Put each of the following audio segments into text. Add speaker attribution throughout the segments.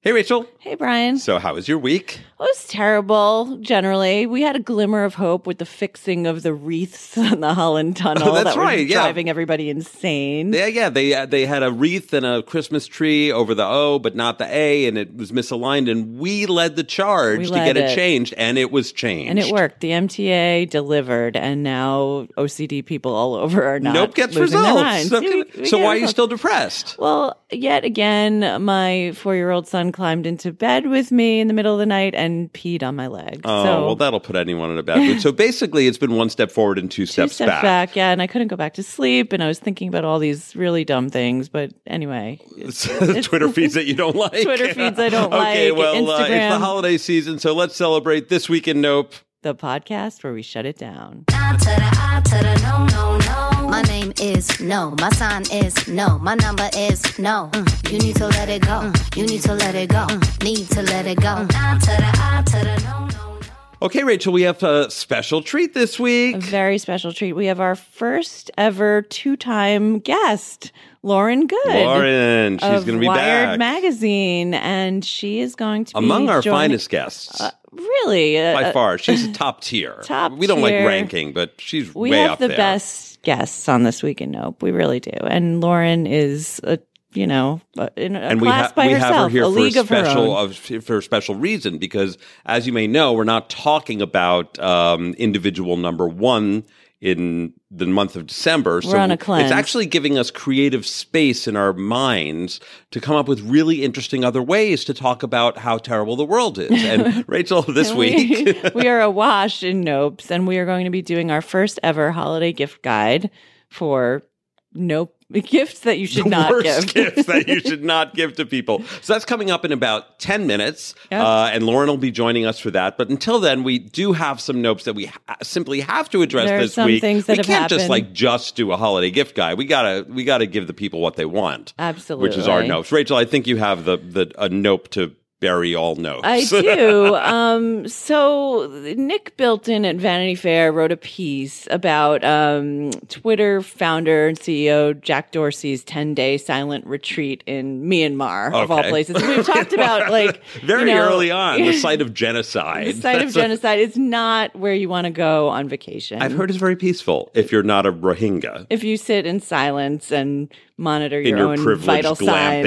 Speaker 1: Hey, Rachel.
Speaker 2: Hey, Brian.
Speaker 1: So, how was your week?
Speaker 2: It was terrible, generally. We had a glimmer of hope with the fixing of the wreaths on the Holland Tunnel.
Speaker 1: Oh, that's
Speaker 2: that was
Speaker 1: right, yeah.
Speaker 2: Driving everybody insane.
Speaker 1: Yeah, yeah. They uh, they had a wreath and a Christmas tree over the O, but not the A, and it was misaligned. And we led the charge
Speaker 2: We
Speaker 1: to
Speaker 2: led
Speaker 1: get it,
Speaker 2: it.
Speaker 1: changed, and it was changed.
Speaker 2: and it worked. The MTA delivered, and now OCD people all over are not.
Speaker 1: Nope gets
Speaker 2: losing their
Speaker 1: results.
Speaker 2: minds.
Speaker 1: Nope
Speaker 2: We-
Speaker 1: get-
Speaker 2: we
Speaker 1: so
Speaker 2: get
Speaker 1: why are you
Speaker 2: results.
Speaker 1: still depressed?
Speaker 2: Well, yet again, my four-year-old son climbed into bed with me in the middle of the night and peed on my leg.
Speaker 1: Oh,
Speaker 2: so
Speaker 1: well, that'll put anyone in a bad mood. So basically, it's been one step forward and two
Speaker 2: two
Speaker 1: steps,
Speaker 2: steps back. yeah, and I couldn't go back to sleep, and I was thinking about all these really dumb things. But anyway,
Speaker 1: Twitter feeds that you don't like.
Speaker 2: Twitter feeds I don't
Speaker 1: okay,
Speaker 2: like,
Speaker 1: well, Uh, it's the
Speaker 2: Instagram.
Speaker 1: holiday season, so let's celebrate this week in Nope.
Speaker 2: the podcast where we shut it down.
Speaker 3: Nah, to the I to the no, no, no. My name is no. My sign is no. My number is no. Mm, You need to let it go. Mm, You need to let it go. Mm, Need to let it go. Nah, to the I to the no, no, no.
Speaker 1: Okay, Rachel, we have a special treat this week.
Speaker 2: A very special treat. We have our first ever two-time guest, Lauren Good.
Speaker 1: Lauren, she's
Speaker 2: of
Speaker 1: going to be back.
Speaker 2: Wired Magazine, and she is going to be
Speaker 1: Among our
Speaker 2: joining-
Speaker 1: finest guests.
Speaker 2: Really, uh,
Speaker 1: by far, she's top tier.
Speaker 2: top
Speaker 1: We don't like
Speaker 2: tier.
Speaker 1: ranking, but she's
Speaker 2: we
Speaker 1: way
Speaker 2: have
Speaker 1: up
Speaker 2: the
Speaker 1: there.
Speaker 2: best guests on this week in Nope. We really do, and Lauren is a you know a- in a
Speaker 1: And we,
Speaker 2: class
Speaker 1: ha-
Speaker 2: by
Speaker 1: we
Speaker 2: herself,
Speaker 1: have her here
Speaker 2: a
Speaker 1: for
Speaker 2: league
Speaker 1: a
Speaker 2: of her
Speaker 1: special
Speaker 2: own.
Speaker 1: of, for a special reason because, as you may know, we're not talking about um, individual number one in the month of December. so
Speaker 2: on a cleanse.
Speaker 1: It's actually giving us creative space in our minds to come up with really interesting other ways to talk about how terrible the world is. And Rachel, this week,
Speaker 2: we, we are awash in Nopes, and we are going to be doing our first ever holiday gift guide for Nope gifts that you should
Speaker 1: the
Speaker 2: not
Speaker 1: worst
Speaker 2: give.
Speaker 1: gifts that you should not give to people. So that's coming up in about 10 minutes.
Speaker 2: Yeah.
Speaker 1: Uh, and Lauren will be joining us for that. But until then, we do have some nopes that we ha- simply have to address
Speaker 2: There are
Speaker 1: this
Speaker 2: some
Speaker 1: week.
Speaker 2: things
Speaker 1: we
Speaker 2: that have
Speaker 1: can't just
Speaker 2: happened.
Speaker 1: like just do a holiday gift guy. We gotta we gotta give the people what they want.
Speaker 2: Absolutely.
Speaker 1: Which is our nopes. Rachel, I think you have the the a nope to bury all nopes.
Speaker 2: I do. Um, so Nick Bilton at Vanity Fair wrote a piece about um, Twitter founder and CEO Jack Dorsey's 10-day silent retreat in Myanmar, of all
Speaker 1: Okay.
Speaker 2: places. We've talked about like
Speaker 1: Very
Speaker 2: you know,
Speaker 1: early on, the site of genocide.
Speaker 2: the site of
Speaker 1: That's a-
Speaker 2: genocide is not where you want to go on vacation.
Speaker 1: I've heard it's very peaceful if you're not a Rohingya.
Speaker 2: if you sit in silence and monitor your,
Speaker 1: in your
Speaker 2: own
Speaker 1: privileged
Speaker 2: vital signs.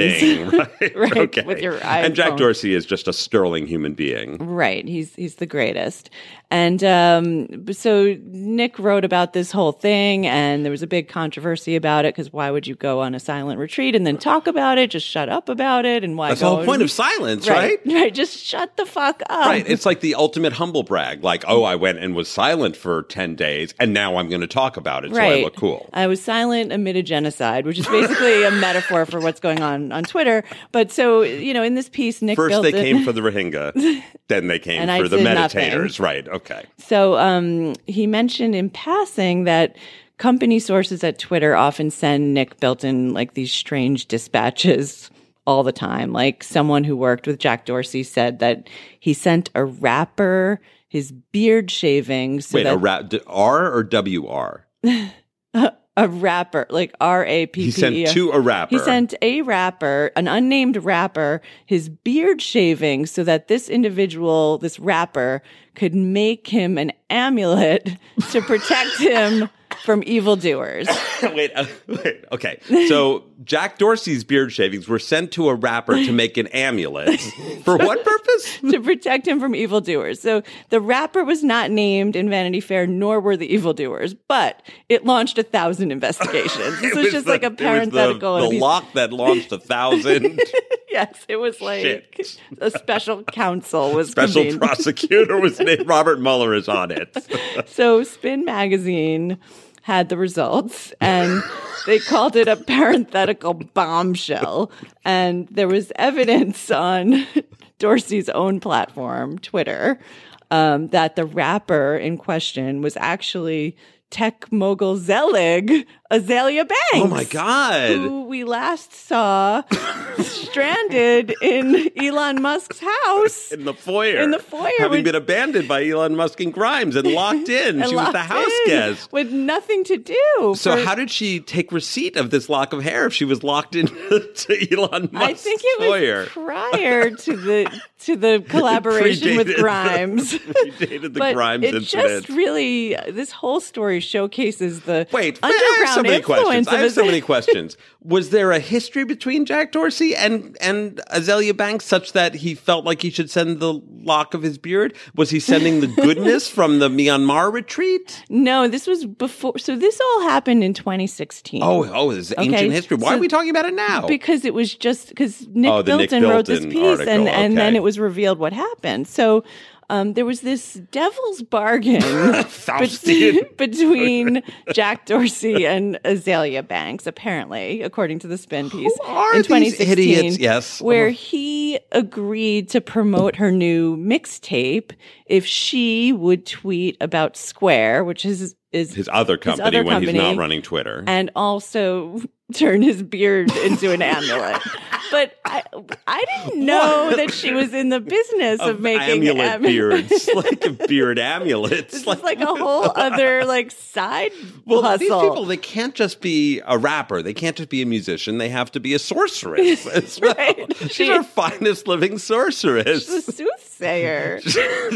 Speaker 1: glamping, right?
Speaker 2: Right,
Speaker 1: okay.
Speaker 2: with your
Speaker 1: And Jack
Speaker 2: iPhone.
Speaker 1: Dorsey is just a sterling human being.
Speaker 2: Right. He's he's the greatest. And um, so Nick wrote about this whole thing, and there was a big controversy about it because why would you go on a silent retreat and then talk about it? Just shut up about it, and why?
Speaker 1: That's the
Speaker 2: go
Speaker 1: whole point of silence, right?
Speaker 2: right? Just shut the fuck up.
Speaker 1: Right. It's like the ultimate humble brag. Like, oh, I went and was silent for 10 days and now I'm going to talk about it so I look cool.
Speaker 2: I was silent amid a genocide, which is basically a metaphor for what's going on on Twitter. But so you know, in this piece, Nick
Speaker 1: First,
Speaker 2: built
Speaker 1: they
Speaker 2: it-
Speaker 1: came for the Rohingya, then they came
Speaker 2: And I
Speaker 1: for the
Speaker 2: did
Speaker 1: meditators. Right. Okay.
Speaker 2: So um, he mentioned in passing that company sources at Twitter often send Nick Belton like these strange dispatches all the time. Like someone who worked with Jack Dorsey said that he sent a rapper his beard shavings. So
Speaker 1: Wait,
Speaker 2: that
Speaker 1: a rap, d- R or WR?
Speaker 2: a rapper, like R A P P E.
Speaker 1: He sent to a rapper.
Speaker 2: He sent a rapper, an unnamed rapper, his beard shavings so that this individual, this rapper, could make him an amulet to protect him from evildoers.
Speaker 1: wait, uh, wait, okay. So Jack Dorsey's beard shavings were sent to a rapper to make an amulet. For what purpose?
Speaker 2: to protect him from evildoers. So the rapper was not named in Vanity Fair, nor were the evildoers, but it launched a thousand investigations.
Speaker 1: It
Speaker 2: This was
Speaker 1: was
Speaker 2: just
Speaker 1: the-
Speaker 2: like a
Speaker 1: it was the-
Speaker 2: parenthetical. and a
Speaker 1: The,
Speaker 2: piece-
Speaker 1: lock that launched a thousand.
Speaker 2: Yes, it was like
Speaker 1: Shit.
Speaker 2: a special counsel was
Speaker 1: Special
Speaker 2: convened.
Speaker 1: prosecutor was named Robert Mueller is on it.
Speaker 2: So Spin Magazine had the results and they called it a parenthetical bombshell. And there was evidence on Dorsey's own platform, Twitter, um, that the rapper in question was actually tech mogul Zelig Azalea Banks.
Speaker 1: Oh my God.
Speaker 2: Who we last saw stranded in Elon Musk's house.
Speaker 1: In the foyer.
Speaker 2: In the foyer
Speaker 1: Having
Speaker 2: with-
Speaker 1: been abandoned by Elon Musk and Grimes and locked in.
Speaker 2: and
Speaker 1: she was
Speaker 2: locked
Speaker 1: the house
Speaker 2: in
Speaker 1: guest.
Speaker 2: With nothing to do.
Speaker 1: So
Speaker 2: for-
Speaker 1: how did she take receipt of this lock of hair if she was locked in to Elon Musk's
Speaker 2: I think it was
Speaker 1: foyer?
Speaker 2: prior to the to the collaboration with
Speaker 1: predated the-
Speaker 2: Grimes.
Speaker 1: She dated the
Speaker 2: but
Speaker 1: Grimes
Speaker 2: it
Speaker 1: incident.
Speaker 2: just really this whole story showcases the
Speaker 1: Wait, I
Speaker 2: underground
Speaker 1: have so many
Speaker 2: influence
Speaker 1: questions. I
Speaker 2: of
Speaker 1: have so
Speaker 2: his-
Speaker 1: many questions. Was there a history between Jack Dorsey and and Azalea Banks such that he felt like he should send the lock of his beard? Was he sending the goodness from the Myanmar retreat?
Speaker 2: No, this was before. So this all happened in 2016.
Speaker 1: Oh, oh, this is ancient history. Why
Speaker 2: so-
Speaker 1: are we talking about it now?
Speaker 2: Because it was just because Nick,
Speaker 1: Oh, the Nick
Speaker 2: Bilton wrote this
Speaker 1: Bilton
Speaker 2: piece, and,
Speaker 1: article,
Speaker 2: and then
Speaker 1: okay.
Speaker 2: it was revealed what happened. So um, there was this devil's bargain
Speaker 1: Faustian.
Speaker 2: between Jack Dorsey and Azalea Banks, apparently, according to the spin piece
Speaker 1: are
Speaker 2: in
Speaker 1: these
Speaker 2: 2016.
Speaker 1: idiots? Yes. Uh-huh.
Speaker 2: where he agreed to promote her new mixtape if she would tweet about Square, which is is
Speaker 1: his other company
Speaker 2: other
Speaker 1: when he's not
Speaker 2: company.
Speaker 1: running Twitter.
Speaker 2: and also turn his beard into an amulet. But I, I didn't know that she was in the business of,
Speaker 1: Of
Speaker 2: making
Speaker 1: amulet
Speaker 2: am-
Speaker 1: beards, like beard amulets.
Speaker 2: This is like a whole other like side
Speaker 1: Well,
Speaker 2: hustle.
Speaker 1: these people, they can't just be a rapper. They can't just be a musician. They have to be a sorceress as well.
Speaker 2: Right.
Speaker 1: She's
Speaker 2: She-
Speaker 1: our finest living sorceress.
Speaker 2: She's a soothsayer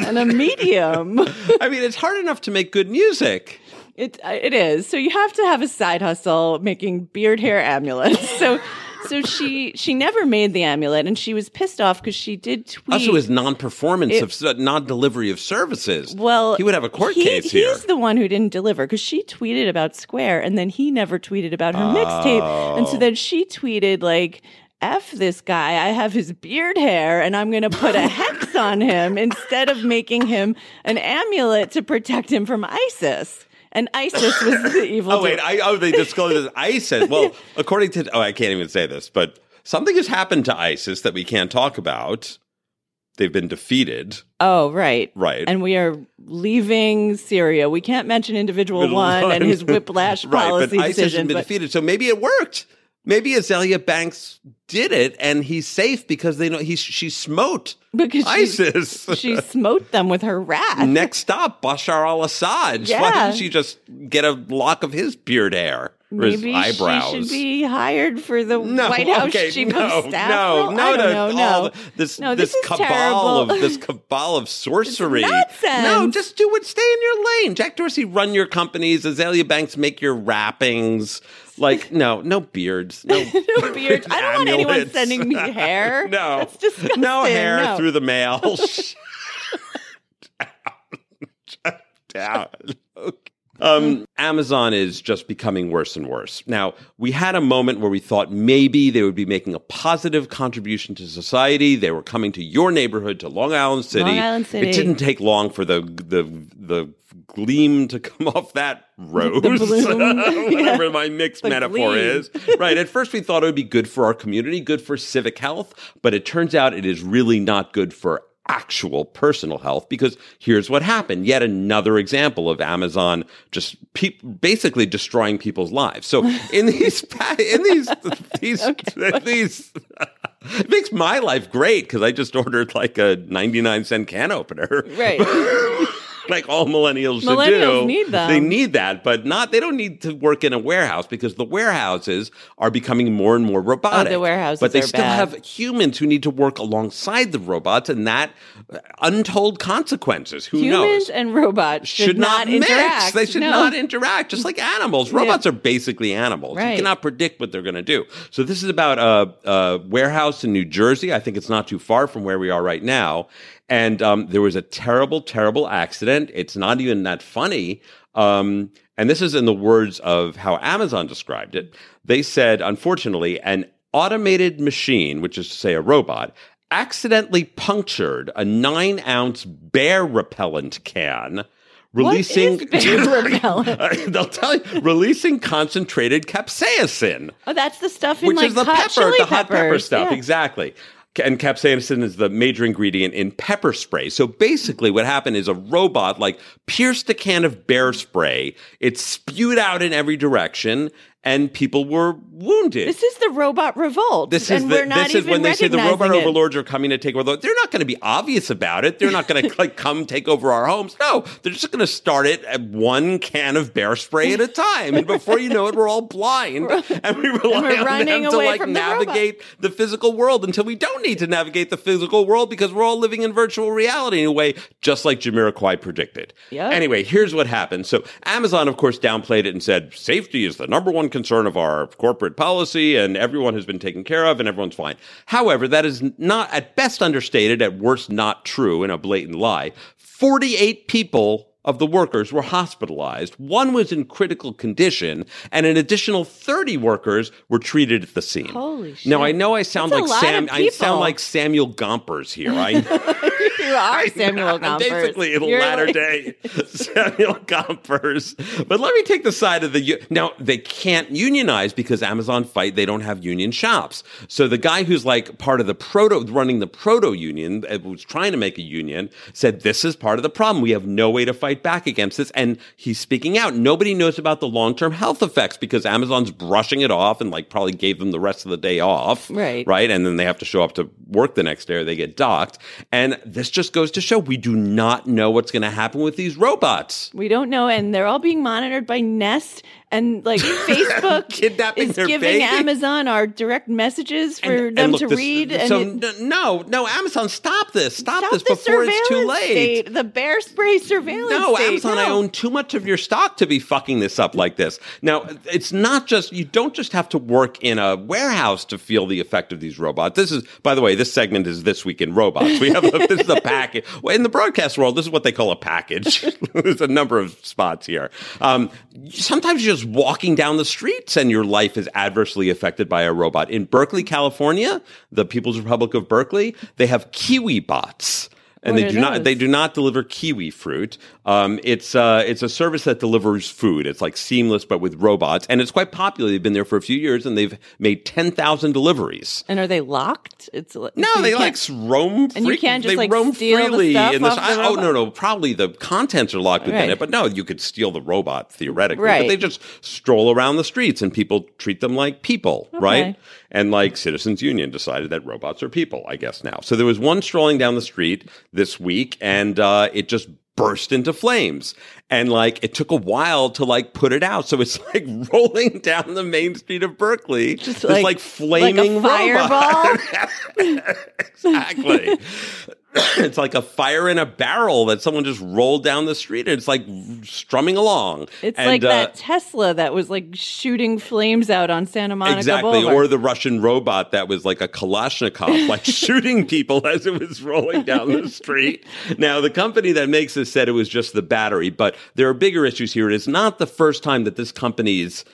Speaker 2: and a medium.
Speaker 1: I mean, it's hard enough to make good music.
Speaker 2: It uh, it is. So you have to have a side hustle making beard hair amulets. So so she she never made the amulet and she was pissed off cuz she did tweet
Speaker 1: also, his non-performance of uh, non-delivery of services.
Speaker 2: Well,
Speaker 1: he would have a court
Speaker 2: he-
Speaker 1: case here.
Speaker 2: He's the one who didn't deliver because she tweeted about Square and then he never tweeted about her mixtape.
Speaker 1: Oh.
Speaker 2: And so then she tweeted, like, F this guy. I have his beard hair and I'm going to put a hex on him instead of making him an amulet to protect him from ISIS. And ISIS was the evil.
Speaker 1: Oh wait!
Speaker 2: doer.
Speaker 1: I, oh, they disclosed this. ISIS. Well, according to oh, I can't even say this, but something has happened to ISIS that we can't talk about. They've been defeated.
Speaker 2: oh, right.
Speaker 1: Right.
Speaker 2: And we are leaving Syria. We can't mention individual
Speaker 1: Middle
Speaker 2: one,
Speaker 1: one.
Speaker 2: and his whiplash policy
Speaker 1: but ISIS
Speaker 2: decision.
Speaker 1: has been
Speaker 2: but-
Speaker 1: defeated, so maybe it worked. Maybe Azalea Banks did it, and he's safe because they know he she smote
Speaker 2: because she-
Speaker 1: ISIS.
Speaker 2: she smote them with her wrath.
Speaker 1: Next stop, Bashar al-Assad. Why
Speaker 2: Yeah.
Speaker 1: didn't she just get a lock of his beard hair or his
Speaker 2: Maybe
Speaker 1: eyebrows?
Speaker 2: she should be hired for the
Speaker 1: no,
Speaker 2: White House
Speaker 1: okay,
Speaker 2: chief
Speaker 1: no,
Speaker 2: of staff.
Speaker 1: No,
Speaker 2: role?
Speaker 1: no,
Speaker 2: I
Speaker 1: no,
Speaker 2: don't know,
Speaker 1: all
Speaker 2: no.
Speaker 1: the- This,
Speaker 2: No,
Speaker 1: this,
Speaker 2: this is
Speaker 1: cabal
Speaker 2: terrible.
Speaker 1: of this cabal of sorcery. No,
Speaker 2: nonsense.
Speaker 1: just do what. Stay in your lane. Jack Dorsey, run your companies. Azalea Banks, make your wrappings. Like, no, no beards. No,
Speaker 2: No beard. I don't want anyone
Speaker 1: amulets.
Speaker 2: sending me hair.
Speaker 1: no,
Speaker 2: that's disgusting.
Speaker 1: no hair
Speaker 2: No.
Speaker 1: through the mail. Shut down. Shut down. Um, Amazon is just becoming worse and worse. Now, we had a moment where we thought maybe they would be making a positive contribution to society. They were coming to your neighborhood, to Long Island City.
Speaker 2: Long Island City.
Speaker 1: It didn't take long for the the the gleam to come off that rose.
Speaker 2: bloom.
Speaker 1: Whatever my mixed
Speaker 2: The
Speaker 1: metaphor
Speaker 2: gleam.
Speaker 1: is right. At first, we thought it would be good for our community, good for civic health, but it turns out it is really not good for actual personal health because here's what happened. Yet another example of Amazon just pe- basically destroying people's lives. So in these, pa- in these, these, these. It makes my life great because I just ordered like a 99 cent can opener.
Speaker 2: Right.
Speaker 1: like all millennials should
Speaker 2: Millennials
Speaker 1: do.
Speaker 2: need them.
Speaker 1: They need that, but not they don't need to work in a warehouse because the warehouses are becoming more and more robotic.
Speaker 2: Oh, warehouses
Speaker 1: but they
Speaker 2: are
Speaker 1: still
Speaker 2: bad.
Speaker 1: have humans who need to work alongside the robots, and that uh, untold consequences. Who
Speaker 2: Humans
Speaker 1: knows?
Speaker 2: and robots should,
Speaker 1: Should not, mix.
Speaker 2: interact.
Speaker 1: They should
Speaker 2: No.
Speaker 1: not interact, just like animals. Robots are basically animals. You
Speaker 2: Right.
Speaker 1: cannot predict what they're going to do. So this is about a, a warehouse in New Jersey. I think it's not too far from where we are right now. And um, there was a terrible, terrible accident. It's not even that funny. Um, and this is in the words of how Amazon described it. They said, unfortunately, an automated machine, which is to say a robot, accidentally punctured a nine ounce bear repellent can, releasing.
Speaker 2: What is bear repellent?
Speaker 1: They'll tell you releasing concentrated capsaicin,
Speaker 2: Oh, that's the stuff in
Speaker 1: which
Speaker 2: like
Speaker 1: is the
Speaker 2: hot
Speaker 1: pepper,
Speaker 2: chili
Speaker 1: the hot pepper
Speaker 2: peppers.
Speaker 1: stuff.
Speaker 2: Yeah.
Speaker 1: Exactly. and capsaicin is the major ingredient in pepper spray. So basically, what happened is a robot like pierced a can of bear spray. It spewed out in every direction, and people were wounded.
Speaker 2: This is the robot revolt.
Speaker 1: This is
Speaker 2: and
Speaker 1: the,
Speaker 2: we're not
Speaker 1: this is
Speaker 2: even
Speaker 1: when they say the
Speaker 2: recognizing
Speaker 1: robot
Speaker 2: it.
Speaker 1: overlords are coming to take over. the- They're not going to be obvious about it. They're not going to like come take over our homes. No, they're just going to start it at one can of bear spray at a time, and before you know it, we're all blind and we rely
Speaker 2: we're
Speaker 1: on
Speaker 2: running
Speaker 1: them to
Speaker 2: away
Speaker 1: like
Speaker 2: from the robot.
Speaker 1: navigate the physical world until we don't need to navigate the physical world because we're all living in virtual reality in a way, just like Jamiroquai predicted.
Speaker 2: Yeah.
Speaker 1: Anyway, here's what happened. So Amazon, of course, downplayed it and said safety is the number one concern of our corporate policy, and everyone has been taken care of, and everyone's fine. However, that is not at best understated, at worst not true, and a blatant lie. Forty-eight people. Of the workers were hospitalized. One was in critical condition, and an additional 30 workers were treated at the scene.
Speaker 2: Holy
Speaker 1: Now,
Speaker 2: shit.
Speaker 1: I know I sound
Speaker 2: That's a
Speaker 1: like
Speaker 2: lot
Speaker 1: Sam,
Speaker 2: of
Speaker 1: I
Speaker 2: people.
Speaker 1: sound like Samuel Gompers here. I
Speaker 2: you are Samuel Gompers.
Speaker 1: Basically, in the
Speaker 2: You're
Speaker 1: latter
Speaker 2: like-
Speaker 1: day, Samuel Gompers. But let me take the side of the u- now. They can't unionize because Amazon fight. They don't have union shops. So the guy who's like part of the proto, running the proto union, uh, was trying to make a union, said this is part of the problem. We have no way to fight back against this, and he's speaking out. Nobody knows about the long term health effects because Amazon's brushing it off and like probably gave them the rest of the day off,
Speaker 2: Right.
Speaker 1: Right right? And then they have to show up to work the next day or they get docked. And this just goes to show we do not know what's going to happen with these robots.
Speaker 2: We don't know, and they're all being monitored by Nest and like Facebook
Speaker 1: Kidnapping
Speaker 2: is
Speaker 1: their
Speaker 2: giving
Speaker 1: baby.
Speaker 2: Amazon our direct messages for
Speaker 1: And- and
Speaker 2: them
Speaker 1: look,
Speaker 2: to
Speaker 1: this-
Speaker 2: read.
Speaker 1: So
Speaker 2: and it-
Speaker 1: n- no, no, Amazon, stop this! Stop,
Speaker 2: stop
Speaker 1: this
Speaker 2: the
Speaker 1: before it's too
Speaker 2: surveillance
Speaker 1: late.
Speaker 2: state, the bear spray surveillance.
Speaker 1: No,
Speaker 2: state,
Speaker 1: Amazon, I
Speaker 2: no.
Speaker 1: own too much of your stock to be fucking this up like this. Now, it's not just, you don't just have to work in a warehouse to feel the effect of these robots. This is, by the way, this segment is This Week in Robots. We have, this is a package. Well, in the broadcast world, this is what they call a package. There's a number of spots here. Um, sometimes you're just walking down the streets and your life is adversely affected by a robot. In Berkeley, California, the People's Republic of Berkeley, they have Kiwi bots. And
Speaker 2: What
Speaker 1: they
Speaker 2: are
Speaker 1: do not
Speaker 2: those?
Speaker 1: they do not deliver kiwi fruit. Um, it's uh, it's a service that delivers food. It's like seamless but with robots, and it's quite popular. They've been there for a few years, and they've made ten thousand deliveries.
Speaker 2: And are they locked? It's no,
Speaker 1: No, they like s- roam.
Speaker 2: And you
Speaker 1: free-
Speaker 2: can't just,
Speaker 1: they
Speaker 2: like,
Speaker 1: roam
Speaker 2: steal the
Speaker 1: freely
Speaker 2: stuff
Speaker 1: in this.
Speaker 2: off the
Speaker 1: I- oh no,
Speaker 2: robot?
Speaker 1: no, probably the contents are locked within
Speaker 2: Right.
Speaker 1: it, but no, you could steal the robot theoretically. But
Speaker 2: Right.
Speaker 1: they just stroll around the streets, and people treat them like people, right? And like Citizens Union decided that robots are people, I guess now. So there was one strolling down the street this week, and uh, it just burst into flames and like it took a while to like put it out so it's like rolling down the main street of berkeley just
Speaker 2: like-
Speaker 1: like, flaming
Speaker 2: like a
Speaker 1: robot.
Speaker 2: fireball?
Speaker 1: exactly. it's like a fire in a barrel that someone just rolled down the street and it's like strumming along.
Speaker 2: It's
Speaker 1: And,
Speaker 2: like
Speaker 1: uh,
Speaker 2: that Tesla that was like shooting flames out on Santa Monica
Speaker 1: Exactly,
Speaker 2: Boulevard.
Speaker 1: or the Russian robot that was like a Kalashnikov, like shooting people as it was rolling down the street. Now, the company that makes this said it was just the battery, but there are bigger issues here. It is not the first time that this company's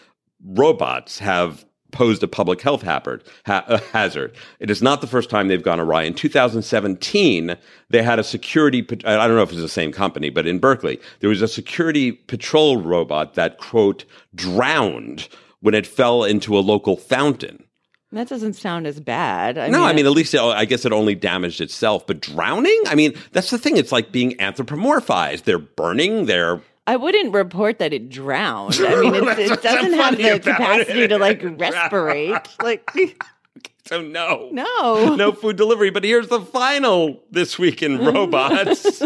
Speaker 1: robots have posed a public health happard, ha- uh, hazard. It is not the first time they've gone awry. In 2017, they had a security, pat- I don't know if it's the same company, but in Berkeley, there was a security patrol robot that, quote, drowned when it fell into a local fountain.
Speaker 2: that doesn't sound as bad. I
Speaker 1: No,
Speaker 2: mean,
Speaker 1: I mean, at least it, I guess it only damaged itself, but drowning? I mean, that's the thing. It's like being anthropomorphized. They're burning, they're
Speaker 2: I wouldn't report that it drowned. I mean, it's, it doesn't have
Speaker 1: funny
Speaker 2: the
Speaker 1: about
Speaker 2: capacity
Speaker 1: it.
Speaker 2: to like
Speaker 1: Drowned.
Speaker 2: respirate. Like,
Speaker 1: so no.
Speaker 2: no.
Speaker 1: no food delivery. But here's the final this week in robots.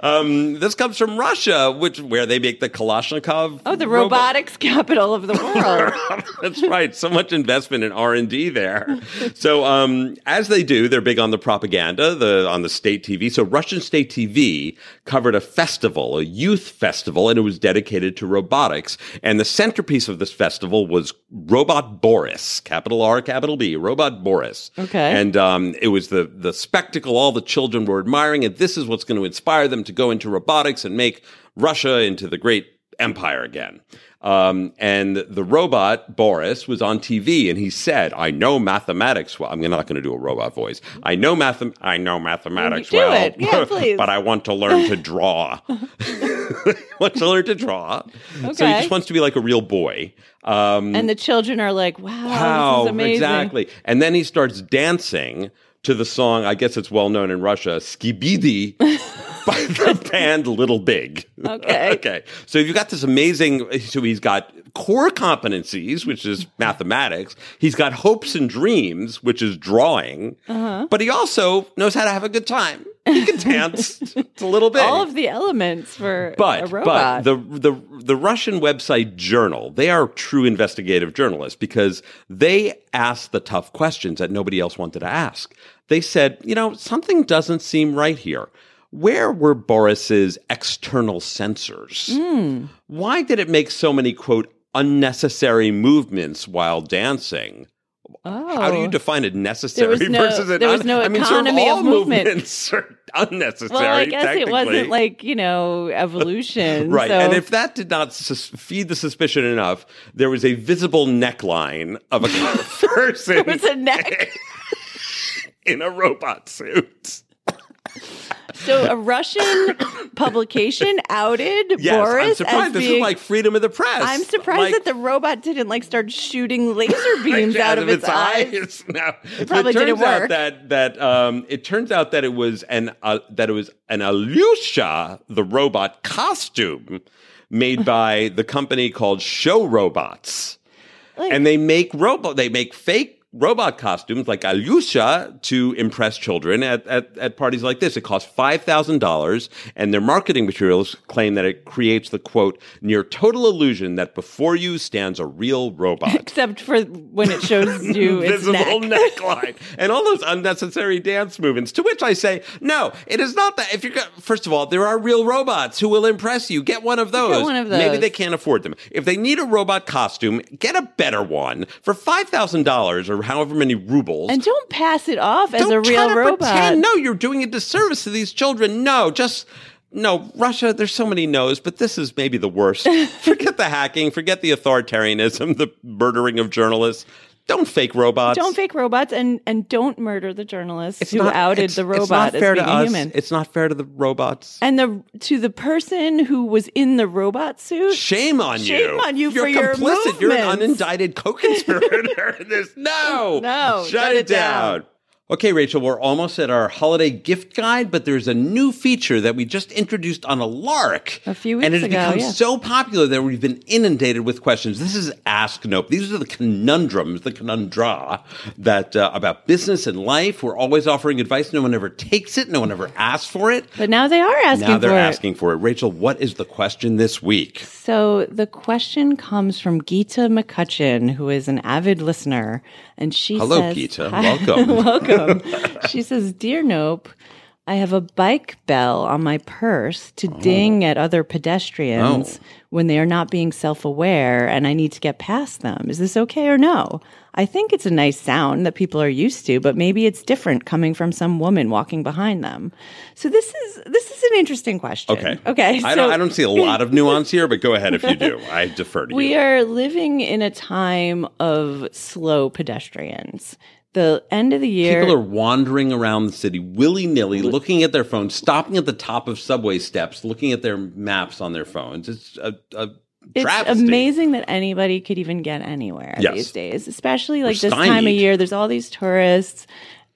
Speaker 1: um, this comes from Russia, which where they make the Kalashnikov.
Speaker 2: Oh, the
Speaker 1: robot.
Speaker 2: robotics capital of the world.
Speaker 1: That's right. So much investment in R and D there. So um, as they do, they're big on the propaganda, the on the state TV. So Russian state TV covered a festival, a youth festival, and it was dedicated to robotics. And the centerpiece of this festival was Robot Boris, capital R, capital B, Robot Boris.
Speaker 2: Okay.
Speaker 1: And um, it was the the spectacle all the children were admiring, and this is what's going to inspire them to go into robotics and make Russia into the great empire again. Um, and the robot Boris was on TV, and he said, "I know mathematics well." I'm not going to do a robot voice. I know math. I know mathematics
Speaker 2: do
Speaker 1: well.
Speaker 2: it. Yeah, please.
Speaker 1: but I want to learn to draw. wants to learn to draw. So he
Speaker 2: Okay.
Speaker 1: just wants to be like a real boy. Um,
Speaker 2: and the children are like, wow, this is amazing.
Speaker 1: exactly. And then he starts dancing to the song, I guess it's well known in Russia, Skibidi by the band Little Big.
Speaker 2: Okay.
Speaker 1: okay. So you've got this amazing, so he's got core competencies, which is mathematics. He's got hopes and dreams, which is drawing.
Speaker 2: Uh-huh.
Speaker 1: But he also knows how to have a good time. He can dance to Little Big
Speaker 2: All of the elements for
Speaker 1: but
Speaker 2: a
Speaker 1: but
Speaker 2: robot.
Speaker 1: the the the Russian website Journal, they are true investigative journalists because they asked the tough questions that nobody else wanted to ask. They said, you know, something doesn't seem right here. Where were Boris's external sensors?
Speaker 2: Hmm.
Speaker 1: Why did it make so many quote unnecessary movements while dancing?
Speaker 2: oh.
Speaker 1: How do you define a necessary
Speaker 2: was no-
Speaker 1: versus an
Speaker 2: there was
Speaker 1: un-
Speaker 2: no
Speaker 1: I mean, sort
Speaker 2: economy
Speaker 1: all
Speaker 2: of movement.
Speaker 1: movements are unnecessary.
Speaker 2: well, I guess it
Speaker 1: technically.
Speaker 2: wasn't like, you know, evolution.
Speaker 1: Right.
Speaker 2: so-
Speaker 1: And if that did not sus- feed the suspicion enough, there was a visible neckline of a person
Speaker 2: it's a neck.
Speaker 1: in a robot suit.
Speaker 2: So a Russian publication outed
Speaker 1: Yes,
Speaker 2: Boris
Speaker 1: I'm surprised.
Speaker 2: as
Speaker 1: This
Speaker 2: being.
Speaker 1: is like freedom of the press.
Speaker 2: I'm surprised
Speaker 1: Like,
Speaker 2: that the robot didn't like start shooting laser beams
Speaker 1: out
Speaker 2: out of its, eyes.
Speaker 1: now. It
Speaker 2: probably
Speaker 1: turns
Speaker 2: didn't
Speaker 1: out
Speaker 2: work.
Speaker 1: that that um, it turns out that it was an uh, that it was an Alyosha the robot costume made by the company called Show Robots.
Speaker 2: Like-
Speaker 1: and they make robot they make fake robot costumes like Alyosha to impress children at, at, at parties like this. It costs five thousand dollars, and their marketing materials claim that it creates the quote near total illusion that before you stands a real robot.
Speaker 2: Except for when it shows you its
Speaker 1: Visible
Speaker 2: neck.
Speaker 1: neckline and all those unnecessary dance movements. To which I say, no, it is not that. If you're go- first of all, there are real robots who will impress you. Get one of those.
Speaker 2: one of
Speaker 1: Maybe
Speaker 2: those.
Speaker 1: they can't afford them. If they need a robot costume, get a better one for five thousand dollars or however many rubles.
Speaker 2: And don't pass it off as
Speaker 1: Don't
Speaker 2: a
Speaker 1: try
Speaker 2: real
Speaker 1: to
Speaker 2: robot.
Speaker 1: Pretend. No, you're doing a disservice to these children. No, just no. Russia, there's so many no's, but this is maybe the worst. forget the hacking, forget the authoritarianism, the murdering of journalists. Don't fake robots.
Speaker 2: Don't fake robots and, and don't murder the journalists
Speaker 1: It's
Speaker 2: who
Speaker 1: not-
Speaker 2: outed
Speaker 1: it's-
Speaker 2: the
Speaker 1: it's not
Speaker 2: robot
Speaker 1: fair
Speaker 2: as being
Speaker 1: to
Speaker 2: a
Speaker 1: us.
Speaker 2: human.
Speaker 1: It's not fair to the robots.
Speaker 2: and the to the person who was in the robot suit.
Speaker 1: Shame on you.
Speaker 2: Shame on you
Speaker 1: You're
Speaker 2: for your
Speaker 1: complicit. You're an
Speaker 2: movements.
Speaker 1: unindicted co-conspirator in this. No.
Speaker 2: No,
Speaker 1: Shut, it, down. Okay, Rachel, we're almost at our holiday gift guide, but there's a new feature that we just introduced on a lark.
Speaker 2: A few
Speaker 1: And
Speaker 2: weeks
Speaker 1: it's become
Speaker 2: ago, yeah.
Speaker 1: so popular that we've been inundated with questions. This is Ask Nope. These are the conundrums, the conundra that uh, about business and life. We're always offering advice. No one ever takes it. No one ever asks for it.
Speaker 2: But now they are asking
Speaker 1: Now they're
Speaker 2: for it.
Speaker 1: asking for it. Rachel, what is the question this week?
Speaker 2: So the question comes from Geeta McCutcheon, who is an avid listener, and she
Speaker 1: Hello,
Speaker 2: says,
Speaker 1: Geeta.
Speaker 2: Hi-
Speaker 1: Welcome.
Speaker 2: welcome. She says, "Dear Nope, I have a bike bell on my purse
Speaker 1: Oh.
Speaker 2: to ding at other pedestrians when they are not being self-aware, and I need to get past them. Is this okay or no?" I think it's a nice sound that people are used to, but maybe it's different coming from some woman walking behind them. So this is this is an interesting question.
Speaker 1: Okay.
Speaker 2: Okay.
Speaker 1: I,
Speaker 2: so-
Speaker 1: don't, I don't see a lot of nuance here, but go ahead if you do. I defer to
Speaker 2: we
Speaker 1: you.
Speaker 2: are living in a time of slow pedestrians. The end of the year.
Speaker 1: People are wandering around the city willy nilly, looking at their phones, stopping at the top of subway steps, looking at their maps on their phones. It's a, a
Speaker 2: it's
Speaker 1: travesty.
Speaker 2: amazing that anybody could even get anywhere
Speaker 1: Yes.
Speaker 2: these days, especially like
Speaker 1: We're
Speaker 2: this time of
Speaker 1: stymied.
Speaker 2: year. There's all these tourists,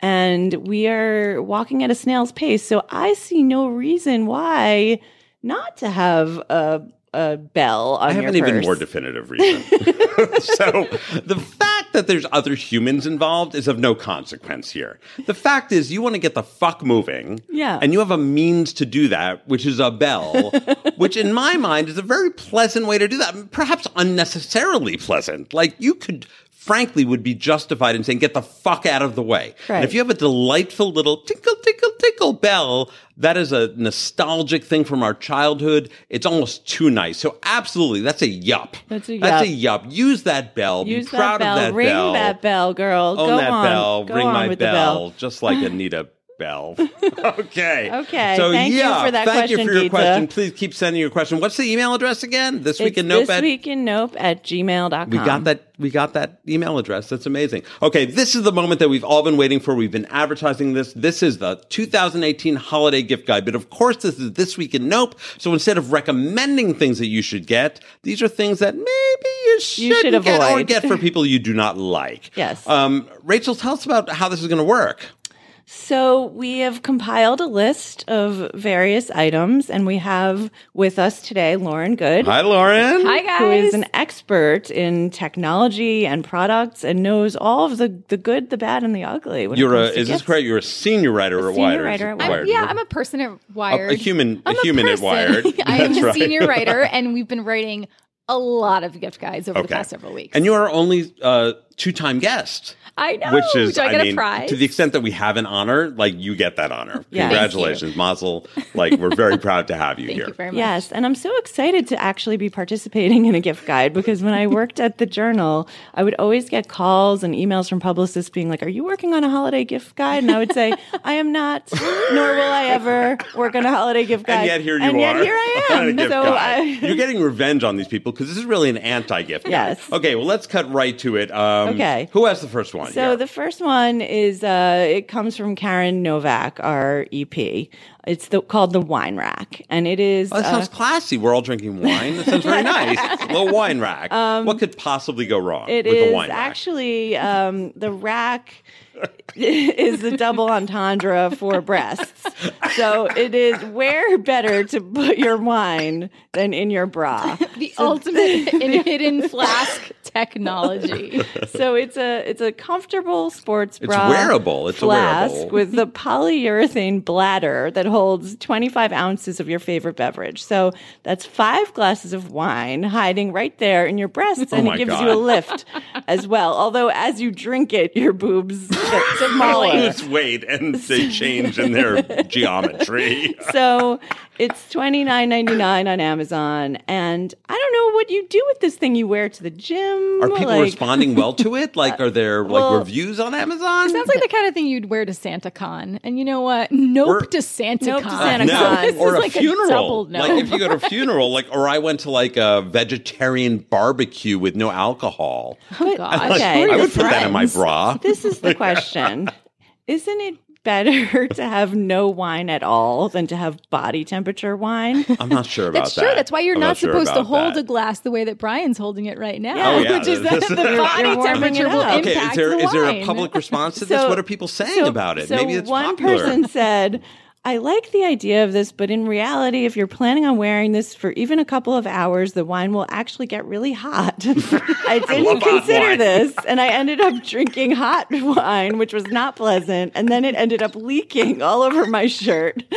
Speaker 2: and we are walking at a snail's pace. So I see no reason why not to have a a bell on
Speaker 1: I have
Speaker 2: your
Speaker 1: an even
Speaker 2: purse.
Speaker 1: more definitive reason. so the fact that there's other humans involved is of no consequence here. The fact is, you want to get the fuck moving,
Speaker 2: Yeah.
Speaker 1: and you have a means to do that, which is a bell, which in my mind is a very pleasant way to do that. Perhaps unnecessarily pleasant. Like you could. Frankly, would be justified in saying, "Get the fuck out of the way." And if
Speaker 2: Right.
Speaker 1: you have a delightful little tinkle, tinkle, tinkle bell, that is a nostalgic thing from our childhood. It's almost too nice. So, absolutely, that's a yup.
Speaker 2: That's a
Speaker 1: That's a
Speaker 2: yup.
Speaker 1: yup. Use that bell.
Speaker 2: Use
Speaker 1: Be proud
Speaker 2: that bell.
Speaker 1: of that
Speaker 2: ring
Speaker 1: bell.
Speaker 2: that bell, girl.
Speaker 1: Own
Speaker 2: Go
Speaker 1: that
Speaker 2: on.
Speaker 1: bell.
Speaker 2: Go
Speaker 1: ring
Speaker 2: on
Speaker 1: my
Speaker 2: with
Speaker 1: bell.
Speaker 2: the bell.
Speaker 1: Just like Anita Belv. okay.
Speaker 2: Okay, thank you for that
Speaker 1: thank you
Speaker 2: question,
Speaker 1: for your
Speaker 2: Gita.
Speaker 1: question. Please keep sending your question. What's the email address again? This week
Speaker 2: It's
Speaker 1: in Nope
Speaker 2: this
Speaker 1: at-
Speaker 2: week in nope at gmail.com.
Speaker 1: we got that. We got that email address. That's amazing. Okay, this is the moment that we've all been waiting for. We've been advertising this. This is the 2018 holiday gift guide. But of course, this is this week in Nope. So instead of recommending things that you should get, these are things that maybe you should,
Speaker 2: should
Speaker 1: get or
Speaker 2: avoid.
Speaker 1: get for people you do not like.
Speaker 2: Yes.
Speaker 1: Um, Rachel, tell us about how this is going to work.
Speaker 2: So we have compiled a list of various items, and we have with us today Lauren Good.
Speaker 1: Hi, Lauren.
Speaker 4: Hi guys.
Speaker 2: Who is an expert in technology and products and knows all of the, the good, the bad, and the ugly. when it
Speaker 1: You're a.
Speaker 2: comes to
Speaker 1: Is this
Speaker 2: gifts.
Speaker 1: correct? You're a senior writer at
Speaker 2: senior
Speaker 1: Wired. is
Speaker 2: writer
Speaker 1: it?
Speaker 2: at
Speaker 4: I'm-
Speaker 2: Wired.
Speaker 4: yeah, I'm a person at Wired.
Speaker 1: a human.
Speaker 4: I'm
Speaker 1: a human at
Speaker 4: person.
Speaker 1: Wired.
Speaker 4: I am
Speaker 1: That's
Speaker 4: a
Speaker 1: right.
Speaker 4: senior writer, and we've been writing a lot of gift guides over the past several weeks.
Speaker 1: And you are only uh, two-time guest.
Speaker 4: I know.
Speaker 1: Which is,
Speaker 4: Do I get
Speaker 1: I
Speaker 4: a
Speaker 1: mean,
Speaker 4: prize?
Speaker 1: to the extent that we have an honor, like you get that honor.
Speaker 2: Yeah. Thank
Speaker 1: Congratulations, Mazel. Like we're very proud to have you
Speaker 4: Thank
Speaker 1: here.
Speaker 4: you very much.
Speaker 2: Yes, and I'm so excited to actually be participating in a gift guide because when I worked at the journal, I would always get calls and emails from publicists being like, "Are you working on a holiday gift guide?" And I would say, "I am not, nor will I ever work on a holiday gift guide."
Speaker 1: and yet here you
Speaker 2: And
Speaker 1: are.
Speaker 2: yet here I
Speaker 1: on a
Speaker 2: am.
Speaker 1: gift
Speaker 2: so uh,
Speaker 1: guide.
Speaker 2: I,
Speaker 1: You're getting revenge on these people because this is really an anti-gift.
Speaker 2: Yes.
Speaker 1: Guide. Okay. Well, let's cut right to it. Um,
Speaker 2: Okay.
Speaker 1: Who has the first one?
Speaker 2: So
Speaker 1: here?
Speaker 2: the first one is uh, it comes from Karen Novak, our EP. It's the, called the Wine Rack, and it is
Speaker 1: Oh, that
Speaker 2: uh,
Speaker 1: sounds classy. We're all drinking wine. That sounds very nice. A little wine rack. what could possibly go wrong
Speaker 2: Um, It
Speaker 1: with
Speaker 2: is
Speaker 1: the wine rack?
Speaker 2: actually um, the rack is the double entendre for breasts. So it is where better to put your wine than in your bra.
Speaker 4: The ultimate in hidden flask technology.
Speaker 2: So it's a it's a comfortable sports bra.
Speaker 1: wearable. It's a
Speaker 2: flask
Speaker 1: wearable.
Speaker 2: with the polyurethane bladder that holds 25 ounces of your favorite beverage. So that's five glasses of wine hiding right there in your breasts, and
Speaker 1: Oh my
Speaker 2: it gives
Speaker 1: God.
Speaker 2: you a lift as well. Although as you drink it, your boobs get smaller.
Speaker 1: lose weight and they change in their geometry.
Speaker 2: so it's twenty nine ninety nine on Amazon, and I don't know what you do with this thing you wear to the gym.
Speaker 1: Are people
Speaker 2: like-
Speaker 1: responding well to it? Like, are there like
Speaker 2: Well-
Speaker 1: reviews on Amazon?
Speaker 4: Uh, Sounds like the kind of thing you'd wear to SantaCon. And you know what? Nope
Speaker 1: We're-
Speaker 4: to SantaCon.
Speaker 2: Nope to
Speaker 1: Uh,
Speaker 2: Santa
Speaker 1: no,
Speaker 2: Claus.
Speaker 1: or a
Speaker 4: This is like a
Speaker 1: funeral.
Speaker 4: double no.
Speaker 1: Like if you go to a funeral, like or I went to like a vegetarian barbecue with no alcohol.
Speaker 4: Oh, gosh.
Speaker 2: Okay.
Speaker 4: Who are
Speaker 1: I
Speaker 4: your
Speaker 1: would put that in my
Speaker 4: friends?
Speaker 1: bra.
Speaker 2: This is the question. Isn't it better to have no wine at all than to have body temperature wine?
Speaker 1: I'm not sure about
Speaker 4: That's
Speaker 1: that.
Speaker 4: true. That's why you're
Speaker 1: I'm
Speaker 4: not,
Speaker 1: sure
Speaker 4: supposed to
Speaker 1: about
Speaker 4: hold
Speaker 1: that.
Speaker 4: a glass the way that Brian's holding it right now,
Speaker 2: Yeah. Oh,
Speaker 1: yeah.
Speaker 4: which is that
Speaker 1: This-
Speaker 4: the
Speaker 1: You're
Speaker 4: body
Speaker 2: warming it
Speaker 4: temperature will
Speaker 2: up.
Speaker 4: impact
Speaker 1: Okay, is there
Speaker 4: the
Speaker 1: is there a
Speaker 4: wine.
Speaker 1: public response to this?
Speaker 2: So-
Speaker 1: what are people saying
Speaker 2: so-
Speaker 1: about it?
Speaker 2: so
Speaker 1: Maybe it's
Speaker 2: one
Speaker 1: popular.
Speaker 2: person said, "I like the idea of this, but in reality, if you're planning on wearing this for even a couple of hours, the wine will actually get really hot." I
Speaker 1: love hot
Speaker 2: didn't consider
Speaker 1: wine.
Speaker 2: this, and I ended up drinking hot wine, which was not pleasant, and then it ended up leaking all over my shirt.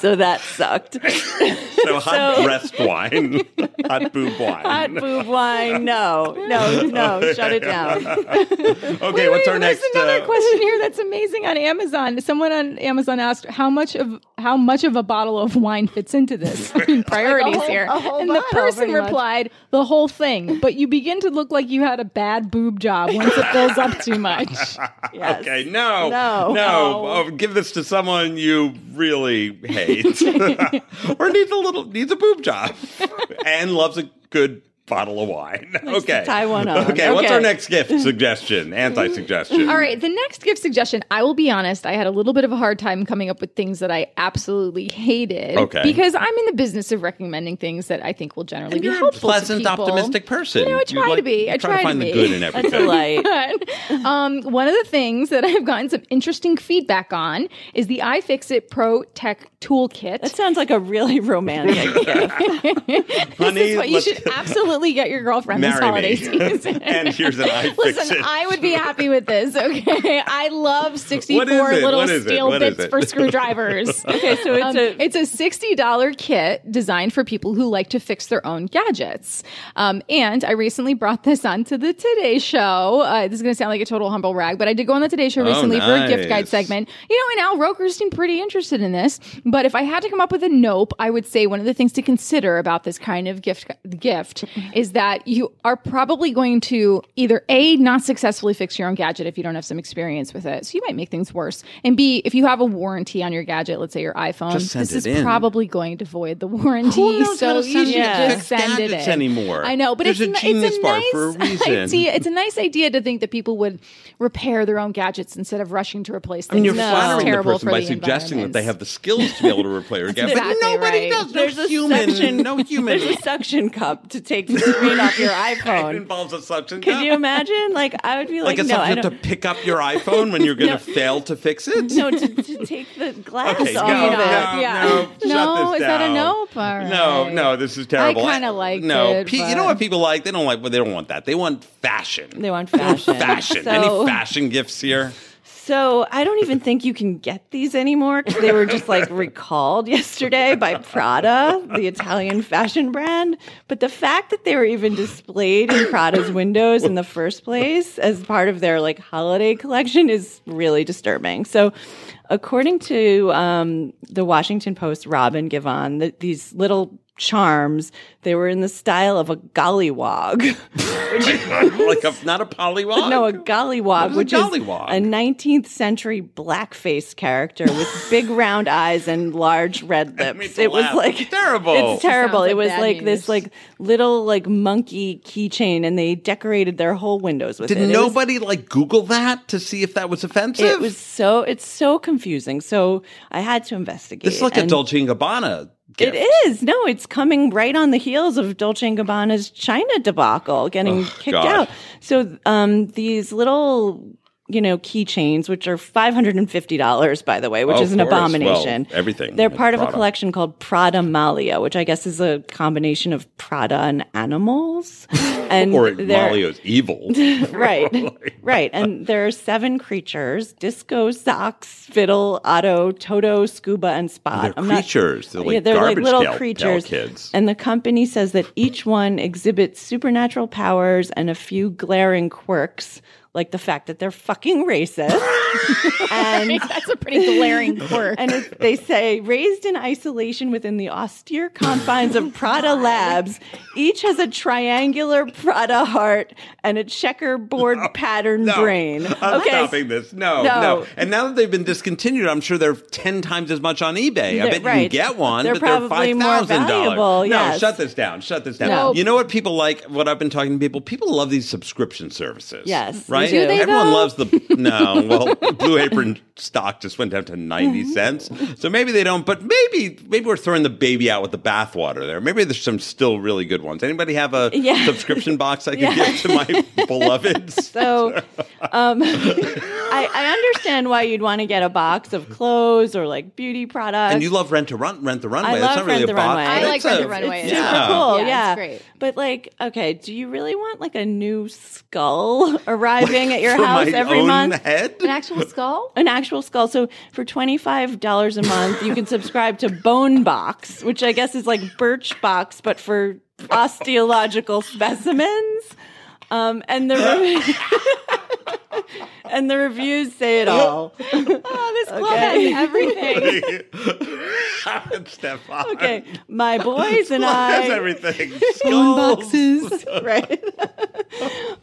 Speaker 2: so that sucked.
Speaker 1: so hot
Speaker 2: so-
Speaker 1: breast wine, hot boob wine.
Speaker 2: Hot boob wine. No, no, no. Shut it down.
Speaker 1: okay, what's our
Speaker 4: There's
Speaker 1: next?
Speaker 4: another
Speaker 1: uh,
Speaker 4: question here that's amazing on Amazon. Someone on Amazon asked how much of how much of a bottle of wine fits into this. I mean, priorities
Speaker 2: whole-
Speaker 4: here.
Speaker 2: a whole
Speaker 4: and the
Speaker 2: bottle,
Speaker 4: person
Speaker 2: pretty much.
Speaker 4: replied, "The whole thing." But you begin to look like you had a bad boob job once it fills up too much.
Speaker 2: Yes.
Speaker 1: Okay, no,
Speaker 2: No.
Speaker 1: no. Oh, give this to someone you really hate, or needs a little needs a boob job, and loves a good bottle of wine. okay,
Speaker 2: tie one on.
Speaker 1: Okay, what's
Speaker 2: Okay.
Speaker 1: our next gift suggestion? Anti-suggestion.
Speaker 4: All right, the next gift suggestion. I will be honest, I had a little bit of a hard time coming up with things that I absolutely hated.
Speaker 1: Okay.
Speaker 4: Because I'm in the business of recommending things that I think will generally be
Speaker 1: You're a
Speaker 4: helpful.
Speaker 1: pleasant,
Speaker 4: to people.
Speaker 1: optimistic person.
Speaker 4: You know, I try to be. I
Speaker 1: you
Speaker 4: try
Speaker 1: to
Speaker 4: to
Speaker 1: find the
Speaker 4: be.
Speaker 1: good in everything.
Speaker 2: That's a light.
Speaker 4: But, um, one of the things that I've gotten some interesting feedback on is the iFixit Pro Tech Toolkit.
Speaker 2: That sounds like a really romantic gift.
Speaker 1: Honey,
Speaker 4: this is what you
Speaker 1: let's
Speaker 4: should absolutely get your girlfriend this
Speaker 1: marry
Speaker 4: holiday
Speaker 1: me.
Speaker 4: season.
Speaker 1: and here's an I fix
Speaker 4: Listen,
Speaker 1: it.
Speaker 4: I would be happy with this, okay? I love 64
Speaker 1: it?
Speaker 4: little
Speaker 1: What is it?
Speaker 4: steel
Speaker 1: What is
Speaker 4: bits
Speaker 1: it?
Speaker 4: for screwdrivers.
Speaker 2: Okay, so it's
Speaker 4: Um,
Speaker 2: a
Speaker 4: it's a $60 kit designed for people who like to fix their own gadgets. Um, and I recently brought this onto the Today Show. Uh, this is going to sound like a total humble rag, but I did go on the Today Show recently for a gift
Speaker 1: Oh,
Speaker 4: guide
Speaker 1: nice.
Speaker 4: segment. You know, and Al Roker seemed pretty interested in this. But if I had to come up with a nope, I would say one of the things to consider about this kind of gift gift is that you are probably going to either A, not successfully fix your own gadget if you don't have some experience with it. So you might make things worse. And B, if you have a warranty on your gadget, let's say your iPhone,
Speaker 1: Just send
Speaker 4: this is
Speaker 1: it in.
Speaker 4: probably going to void the warranty.
Speaker 1: Who knows
Speaker 4: so
Speaker 1: how to
Speaker 4: you
Speaker 1: send
Speaker 4: should
Speaker 2: it?
Speaker 4: just
Speaker 2: Fix
Speaker 4: send it
Speaker 1: gadgets
Speaker 4: in.
Speaker 1: anymore.
Speaker 4: I know, but
Speaker 1: There's
Speaker 4: it's,
Speaker 1: a
Speaker 4: n-
Speaker 1: Genius
Speaker 4: it's a
Speaker 1: Bar
Speaker 4: nice
Speaker 1: for a reason.
Speaker 4: idea. It's a nice idea to think that people would repair their own gadgets instead of rushing to replace
Speaker 1: I
Speaker 4: things.
Speaker 1: mean, you're
Speaker 4: It's
Speaker 1: flattering the
Speaker 4: terrible
Speaker 1: person
Speaker 4: for
Speaker 1: by
Speaker 4: the
Speaker 1: suggesting that they
Speaker 4: environment.
Speaker 1: have the skills to be able to repair a gadget.
Speaker 4: exactly
Speaker 1: but nobody
Speaker 4: right.
Speaker 1: does.
Speaker 2: There's
Speaker 1: no
Speaker 2: a
Speaker 1: human.
Speaker 2: suction.
Speaker 1: No human.
Speaker 2: There's a suction cup to take the screen off your
Speaker 1: It
Speaker 2: iPhone.
Speaker 1: involves a suction.
Speaker 2: Could
Speaker 1: cup.
Speaker 2: you imagine? Like I would be
Speaker 1: Like
Speaker 2: like,
Speaker 1: it's
Speaker 2: no, I
Speaker 1: something
Speaker 2: don't.
Speaker 1: to pick up your iPhone when you're going to
Speaker 2: No.
Speaker 1: fail to fix it.
Speaker 2: no, to, to take the glass
Speaker 1: Okay,
Speaker 2: off
Speaker 1: no,
Speaker 2: of
Speaker 1: no,
Speaker 2: it.
Speaker 4: Yeah.
Speaker 1: no,
Speaker 4: No,
Speaker 1: shut this
Speaker 4: is that a
Speaker 1: down.
Speaker 4: nope? All
Speaker 1: No,
Speaker 4: right.
Speaker 1: no, this is terrible.
Speaker 4: I kinda liked
Speaker 1: no.
Speaker 4: it,
Speaker 1: Pe- you
Speaker 4: but-
Speaker 1: know what people like? They don't like. Well, they don't want that. They want fashion.
Speaker 2: They want fashion.
Speaker 1: Fashion.
Speaker 2: So,
Speaker 1: Any fashion gifts here?
Speaker 2: so I don't even think you can get these anymore 'cause they were just like recalled yesterday by Prada, the Italian fashion brand. But the fact that they were even displayed in Prada's windows in the first place as part of their like holiday collection is really disturbing. So according to um, the Washington Post, Robin Givon, the, these little charms, they were in the style of a gollywog.
Speaker 1: like a, not a polywog.
Speaker 2: No, a gollywog,
Speaker 1: is a
Speaker 2: which
Speaker 1: gollywog?
Speaker 2: is a 19th century blackface character with big round eyes and large red lips.
Speaker 1: makes
Speaker 2: It was
Speaker 1: laugh.
Speaker 2: like
Speaker 1: Terrible.
Speaker 2: It's terrible.
Speaker 4: Sounds like
Speaker 2: it was
Speaker 4: bad
Speaker 2: like
Speaker 4: news.
Speaker 2: this like little like monkey keychain, and they decorated their whole windows with
Speaker 1: Did
Speaker 2: it. It was-
Speaker 1: nobody like Google that to see if that was offensive?
Speaker 2: It was so it's so confusing. So I had to investigate.
Speaker 1: It's like a
Speaker 2: and-
Speaker 1: Dolce and Gabbana. Gift.
Speaker 2: It is. No, it's coming right on the heels of Dolce & Gabbana's China debacle getting kicked
Speaker 1: God.
Speaker 2: out. So um, these little, you know, keychains, which are $550, by the way, which
Speaker 1: Oh,
Speaker 2: is an
Speaker 1: of course.
Speaker 2: abomination.
Speaker 1: Well, everything
Speaker 2: They're
Speaker 1: is
Speaker 2: part of a
Speaker 1: Prada.
Speaker 2: collection called Prada Malia, which I guess is a combination of Prada and animals. and
Speaker 1: Or
Speaker 2: they're-
Speaker 1: Malio's evil.
Speaker 2: right, right. And there are seven creatures: disco, socks, fiddle, otto, toto, scuba, and spot.
Speaker 1: They're creatures. They're like garbage pail- pail kids.
Speaker 2: And the company says that each one exhibits supernatural powers and a few glaring quirks, like the fact that they're fucking racist. and
Speaker 4: That's a pretty glaring quirk.
Speaker 2: and it, they say, raised in isolation within the austere confines of Prada Labs, each has a triangular Prada heart and a checkerboard pattern
Speaker 1: No,
Speaker 2: brain.
Speaker 1: I'm stopping this. No, no,
Speaker 2: No.
Speaker 1: And now that they've been discontinued, I'm sure they're ten times as much on eBay. I
Speaker 2: They're-
Speaker 1: bet you can
Speaker 2: right.
Speaker 1: get one,
Speaker 2: They're
Speaker 1: but they're
Speaker 2: probably
Speaker 1: five
Speaker 2: more
Speaker 1: thousand dollars.
Speaker 2: valuable,
Speaker 1: No,
Speaker 2: yes.
Speaker 1: shut this down. Shut this down.
Speaker 4: No.
Speaker 1: You know what people like? What I've been talking to people. People love these subscription services.
Speaker 2: Yes, they
Speaker 1: right.
Speaker 2: do. Do they,
Speaker 1: Everyone
Speaker 4: though?
Speaker 1: loves the no. Well, Blue Apron stock just went down to ninety
Speaker 2: Mm-hmm.
Speaker 1: cents, so maybe they don't. But maybe maybe we're throwing the baby out with the bathwater there. Maybe there's some still really good ones. Anybody have a
Speaker 2: Yeah.
Speaker 1: subscription box I could
Speaker 2: Yeah.
Speaker 1: give to my beloveds?
Speaker 2: So um, I, I understand why you'd want to get a box of clothes or like beauty products.
Speaker 1: And you love Rent to Run, Rent the Runway.
Speaker 2: I
Speaker 1: That's
Speaker 2: love
Speaker 1: not really
Speaker 2: Rent
Speaker 1: a
Speaker 2: the
Speaker 1: box.
Speaker 2: Runway. I
Speaker 1: but
Speaker 4: like
Speaker 1: it's
Speaker 4: Rent
Speaker 1: a-
Speaker 4: the Runway.
Speaker 1: it's-
Speaker 4: It's
Speaker 1: yeah.
Speaker 2: super cool.
Speaker 4: Yeah,
Speaker 2: Yeah,
Speaker 4: it's great.
Speaker 2: But like, okay, do you really want like a new skull arriving at your
Speaker 1: For
Speaker 2: house
Speaker 1: my
Speaker 2: every
Speaker 1: own
Speaker 2: month?
Speaker 1: Head?
Speaker 4: An actual skull?
Speaker 2: an actual skull. So for twenty five dollars a month, you can subscribe to Bone Box, which I guess is like Birch Box, but for osteological specimens. Um, and the re- and the reviews say it all.
Speaker 4: Oh, this
Speaker 2: Okay.
Speaker 4: has everything.
Speaker 1: Stefan.
Speaker 2: Okay, my boys and
Speaker 1: That's
Speaker 2: I.
Speaker 1: everything. Skulls.
Speaker 2: right?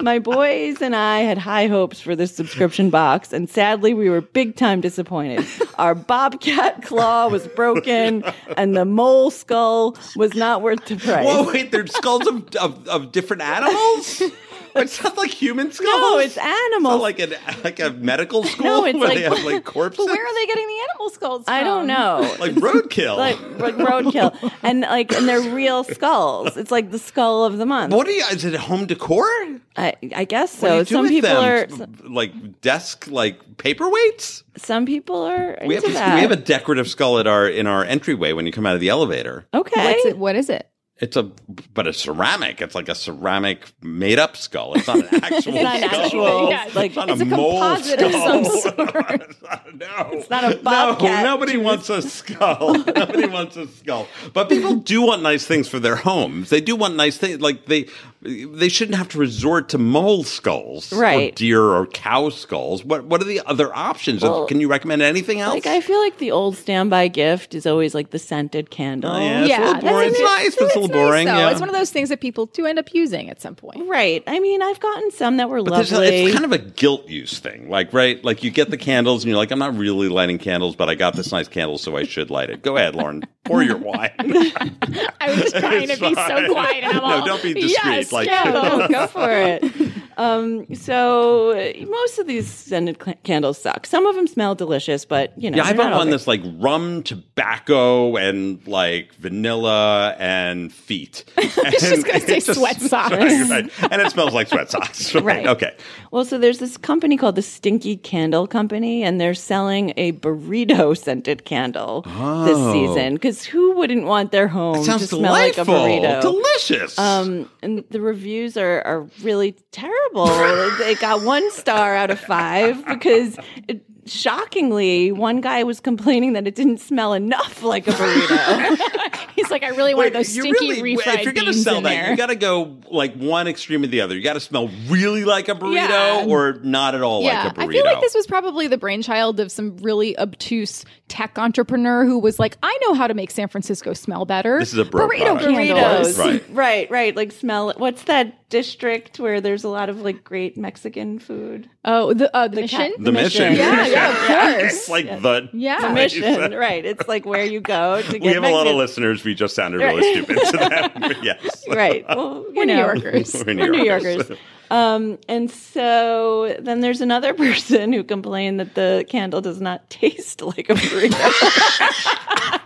Speaker 2: My boys and I had high hopes for this subscription box, and sadly, we were big time disappointed. Our bobcat claw was broken, and the mole skull was not worth the price.
Speaker 1: Whoa, wait, they're skulls of, of, of different animals? It's not like human skulls.
Speaker 2: no, it's
Speaker 1: It's
Speaker 2: animals.
Speaker 1: not like, an, like a medical school
Speaker 2: No, it's
Speaker 1: where
Speaker 2: like-
Speaker 1: they have like corpses.
Speaker 4: But where are they getting the animal skulls from?
Speaker 2: I don't know.
Speaker 1: Like roadkill.
Speaker 2: Like, like roadkill, and like, and they're real skulls. It's like the skull of the month.
Speaker 1: what are you? Is it home decor?
Speaker 2: I, I guess so.
Speaker 1: What do you do
Speaker 2: some
Speaker 1: with
Speaker 2: people
Speaker 1: them?
Speaker 2: are,
Speaker 1: like desk, like paperweights.
Speaker 2: some people are
Speaker 1: We have,
Speaker 2: into that.
Speaker 1: we have a decorative skull at our in our entryway when you come out of the elevator.
Speaker 2: okay.
Speaker 4: What's it, what is it?
Speaker 1: It's a but a ceramic. It's like a ceramic made up skull. It's not an actual
Speaker 2: It's not an
Speaker 1: skull.
Speaker 2: actual,
Speaker 4: Yeah,
Speaker 2: like,
Speaker 1: it's not
Speaker 4: it's
Speaker 1: a,
Speaker 4: a
Speaker 1: mole
Speaker 4: composite of
Speaker 1: skull.
Speaker 4: some
Speaker 1: no. It's
Speaker 2: not a bobcat.
Speaker 1: No, nobody wants a skull. nobody wants a skull. But people do want nice things for their homes. They do want nice things. Like they they shouldn't have to resort to mole skulls. Or
Speaker 2: Right.
Speaker 1: deer or cow skulls. What what are the other options?
Speaker 2: Well,
Speaker 1: Can you recommend anything else?
Speaker 2: Like I feel like the old standby gift is always like the scented candle.
Speaker 1: Oh, yeah, it's a
Speaker 4: Yeah,
Speaker 1: little
Speaker 4: that's
Speaker 1: boring.
Speaker 4: a
Speaker 1: It's
Speaker 4: bit-
Speaker 1: nice, but it's a little little boring.
Speaker 4: Nice, though.
Speaker 1: yeah.
Speaker 4: It's one of those things that people do end up using at some point.
Speaker 2: Right. I mean, I've gotten some that were
Speaker 1: There's a-
Speaker 2: lovely.
Speaker 1: it's kind of a guilt use thing, like right, like you get the candles and you're like, I'm not really lighting candles, but I got this nice candle, so I should light it. Go ahead, Lauren, pour your wine.
Speaker 4: I was just trying
Speaker 1: It's
Speaker 4: to be
Speaker 1: fine.
Speaker 4: so quiet. And I'm
Speaker 1: No,
Speaker 4: all,
Speaker 1: don't be discreet,
Speaker 4: Yes,
Speaker 1: like-
Speaker 4: go."
Speaker 2: go, go for it. Um, so uh, most of these scented cl- candles suck. Some of them smell delicious, but you know,
Speaker 1: yeah, I
Speaker 2: they're not
Speaker 1: bought
Speaker 2: all
Speaker 1: one
Speaker 2: great.
Speaker 1: that's like rum, tobacco, and like vanilla and feet. I was
Speaker 4: just gonna say sweat socks.
Speaker 1: and it smells like sweat socks. Right.
Speaker 2: Right.
Speaker 1: Okay.
Speaker 2: Well, so there's this company called the Stinky Candle Company, and they're selling a burrito scented candle
Speaker 1: Oh.
Speaker 2: this season. Because who wouldn't want their home to
Speaker 1: Sounds
Speaker 2: smell
Speaker 1: delightful.
Speaker 2: like a burrito?
Speaker 1: Delicious.
Speaker 2: Um, and the reviews are, are really terrible. they got one star out of five because it, shockingly, one guy was complaining that it didn't smell enough like a burrito.
Speaker 4: He's like, I really wanted those
Speaker 1: you
Speaker 4: stinky
Speaker 1: really-
Speaker 4: refried
Speaker 1: If you're gonna
Speaker 4: beans
Speaker 1: sell
Speaker 4: in
Speaker 1: that,
Speaker 4: there.
Speaker 1: you got to go like one extreme or the other. You got to smell really like a burrito
Speaker 4: Yeah.
Speaker 1: or not at all
Speaker 4: yeah,
Speaker 1: like a burrito.
Speaker 4: I feel like this was probably the brainchild of some really obtuse tech entrepreneur who was like, "I know how to make San Francisco smell better."
Speaker 1: This is a bro
Speaker 4: burrito
Speaker 1: product.
Speaker 4: candles.
Speaker 2: Burritos,
Speaker 1: Right.
Speaker 2: right, right. Like smell. What's that district where there's a lot of like great Mexican food?
Speaker 4: Oh, the uh, the, mission.
Speaker 1: the mission.
Speaker 2: mission.
Speaker 4: Yeah, yeah, of course.
Speaker 1: it's like the
Speaker 4: Yeah.
Speaker 1: place.
Speaker 2: mission, right? It's like where you go to get.
Speaker 1: We have a lot of
Speaker 2: Mexican-
Speaker 1: listeners. We just sounded really stupid to them. Yes.
Speaker 2: Right. Well, you
Speaker 4: We're New
Speaker 2: know.
Speaker 4: Yorkers.
Speaker 1: We're New
Speaker 2: We're New
Speaker 1: Yorkers.
Speaker 2: Yorkers. Um, and so then there's another person who complained that the candle does not taste like a burrito.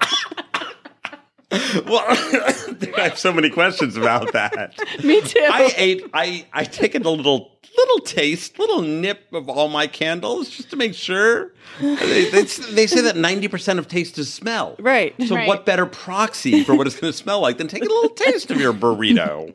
Speaker 1: Well, I have so many questions about that.
Speaker 2: Me too.
Speaker 1: I ate. I I taken a little little taste, little nip of all my candles just to make sure. They, they, they say that ninety percent of taste is smell.
Speaker 2: Right.
Speaker 1: So
Speaker 4: Right.
Speaker 1: what better proxy for what it's going to smell like than taking a little taste of your burrito,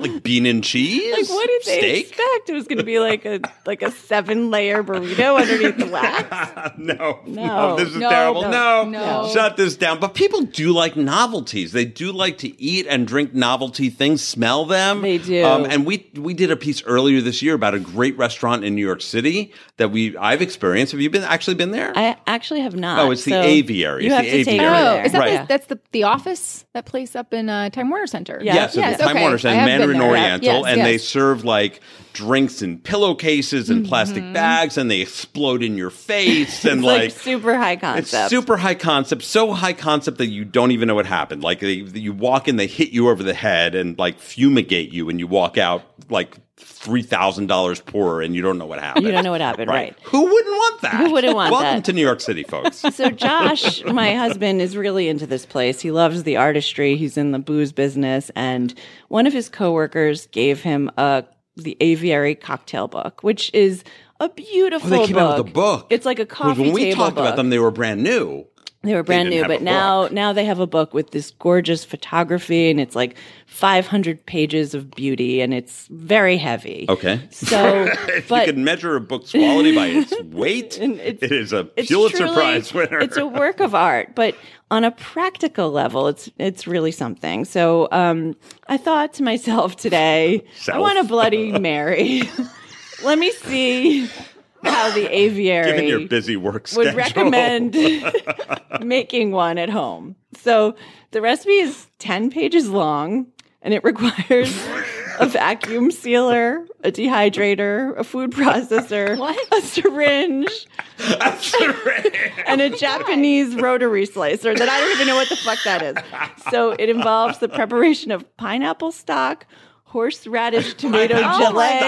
Speaker 1: like bean and cheese,
Speaker 2: Like, what did they
Speaker 1: steak?
Speaker 2: expect? It was going to be like a like a seven layer burrito underneath the wax.
Speaker 1: no, Oh,
Speaker 2: No,
Speaker 1: this is
Speaker 2: no,
Speaker 1: terrible. No,
Speaker 2: no,
Speaker 4: no.
Speaker 1: shut this down. But people do like novelties. They do like to eat and drink novelty things, smell them. Um,
Speaker 2: They do.
Speaker 1: and we we did a piece earlier this year about a great restaurant in New York City that we I've experienced. Have you been actually been there?
Speaker 2: I actually have not.
Speaker 1: Oh, it's the
Speaker 2: so
Speaker 1: aviary.
Speaker 2: You
Speaker 1: It's
Speaker 2: have
Speaker 1: the
Speaker 2: to take
Speaker 1: aviary.
Speaker 2: me
Speaker 4: Oh,
Speaker 2: there.
Speaker 4: is that
Speaker 1: Right.
Speaker 4: place, that's the the office that place up in uh, Time Warner Center?
Speaker 2: Yeah.
Speaker 1: Yes,
Speaker 4: Yes,
Speaker 1: it's Time
Speaker 4: okay.
Speaker 1: Warner
Speaker 4: I
Speaker 1: and
Speaker 4: have been
Speaker 1: Mandarin
Speaker 4: there.
Speaker 1: Oriental,
Speaker 4: Yes,
Speaker 1: and they
Speaker 4: yes.
Speaker 1: serve like drinks in pillowcases and plastic bags, and they explode in your face, and
Speaker 2: It's like,
Speaker 1: like
Speaker 2: super high
Speaker 1: It's
Speaker 2: concept.
Speaker 1: super high concept, so high concept that you don't even know what happened. Like they, you walk in, they hit you over the head and like fumigate you, and you walk out like three thousand dollars poorer, and you don't know what happened.
Speaker 2: you don't know what happened, right?
Speaker 1: Who wouldn't want that?
Speaker 2: Who wouldn't want
Speaker 1: Welcome
Speaker 2: that?
Speaker 1: to New York City, folks.
Speaker 2: So Josh, my husband, is really into this place. He loves the artistry. He's in the booze business, and one of his coworkers gave him a the Aviary cocktail book, which is a beautiful.
Speaker 1: Oh, they came
Speaker 2: book.
Speaker 1: out with a book.
Speaker 2: It's like a
Speaker 1: Because
Speaker 2: coffee
Speaker 1: when we
Speaker 2: table
Speaker 1: talked
Speaker 2: book.
Speaker 1: about them, they were brand new.
Speaker 2: They were brand
Speaker 1: didn't
Speaker 2: new,
Speaker 1: have
Speaker 2: but
Speaker 1: a
Speaker 2: now
Speaker 1: book.
Speaker 2: now they have a book with this gorgeous photography, and it's like 500 pages of beauty, and it's very heavy.
Speaker 1: Okay.
Speaker 2: So,
Speaker 1: If
Speaker 2: but
Speaker 1: you could measure a book's quality by its weight,
Speaker 2: And it's-
Speaker 1: it is a
Speaker 2: it's
Speaker 1: Pulitzer
Speaker 2: truly-
Speaker 1: Prize winner.
Speaker 2: It's a work of art, but on a practical level, it's it's really something. So um, I thought to myself today,
Speaker 1: Self.
Speaker 2: I want a Bloody Mary. Let me see how the aviary
Speaker 1: Given your busy work schedule,
Speaker 2: would recommend making one at home. So the recipe is 10 pages long and it requires a vacuum sealer, a dehydrator, a food processor, a syringe, and a Japanese rotary slicer that I don't even know what the fuck that is. So it involves the preparation of pineapple stock, horseradish tomato gelée,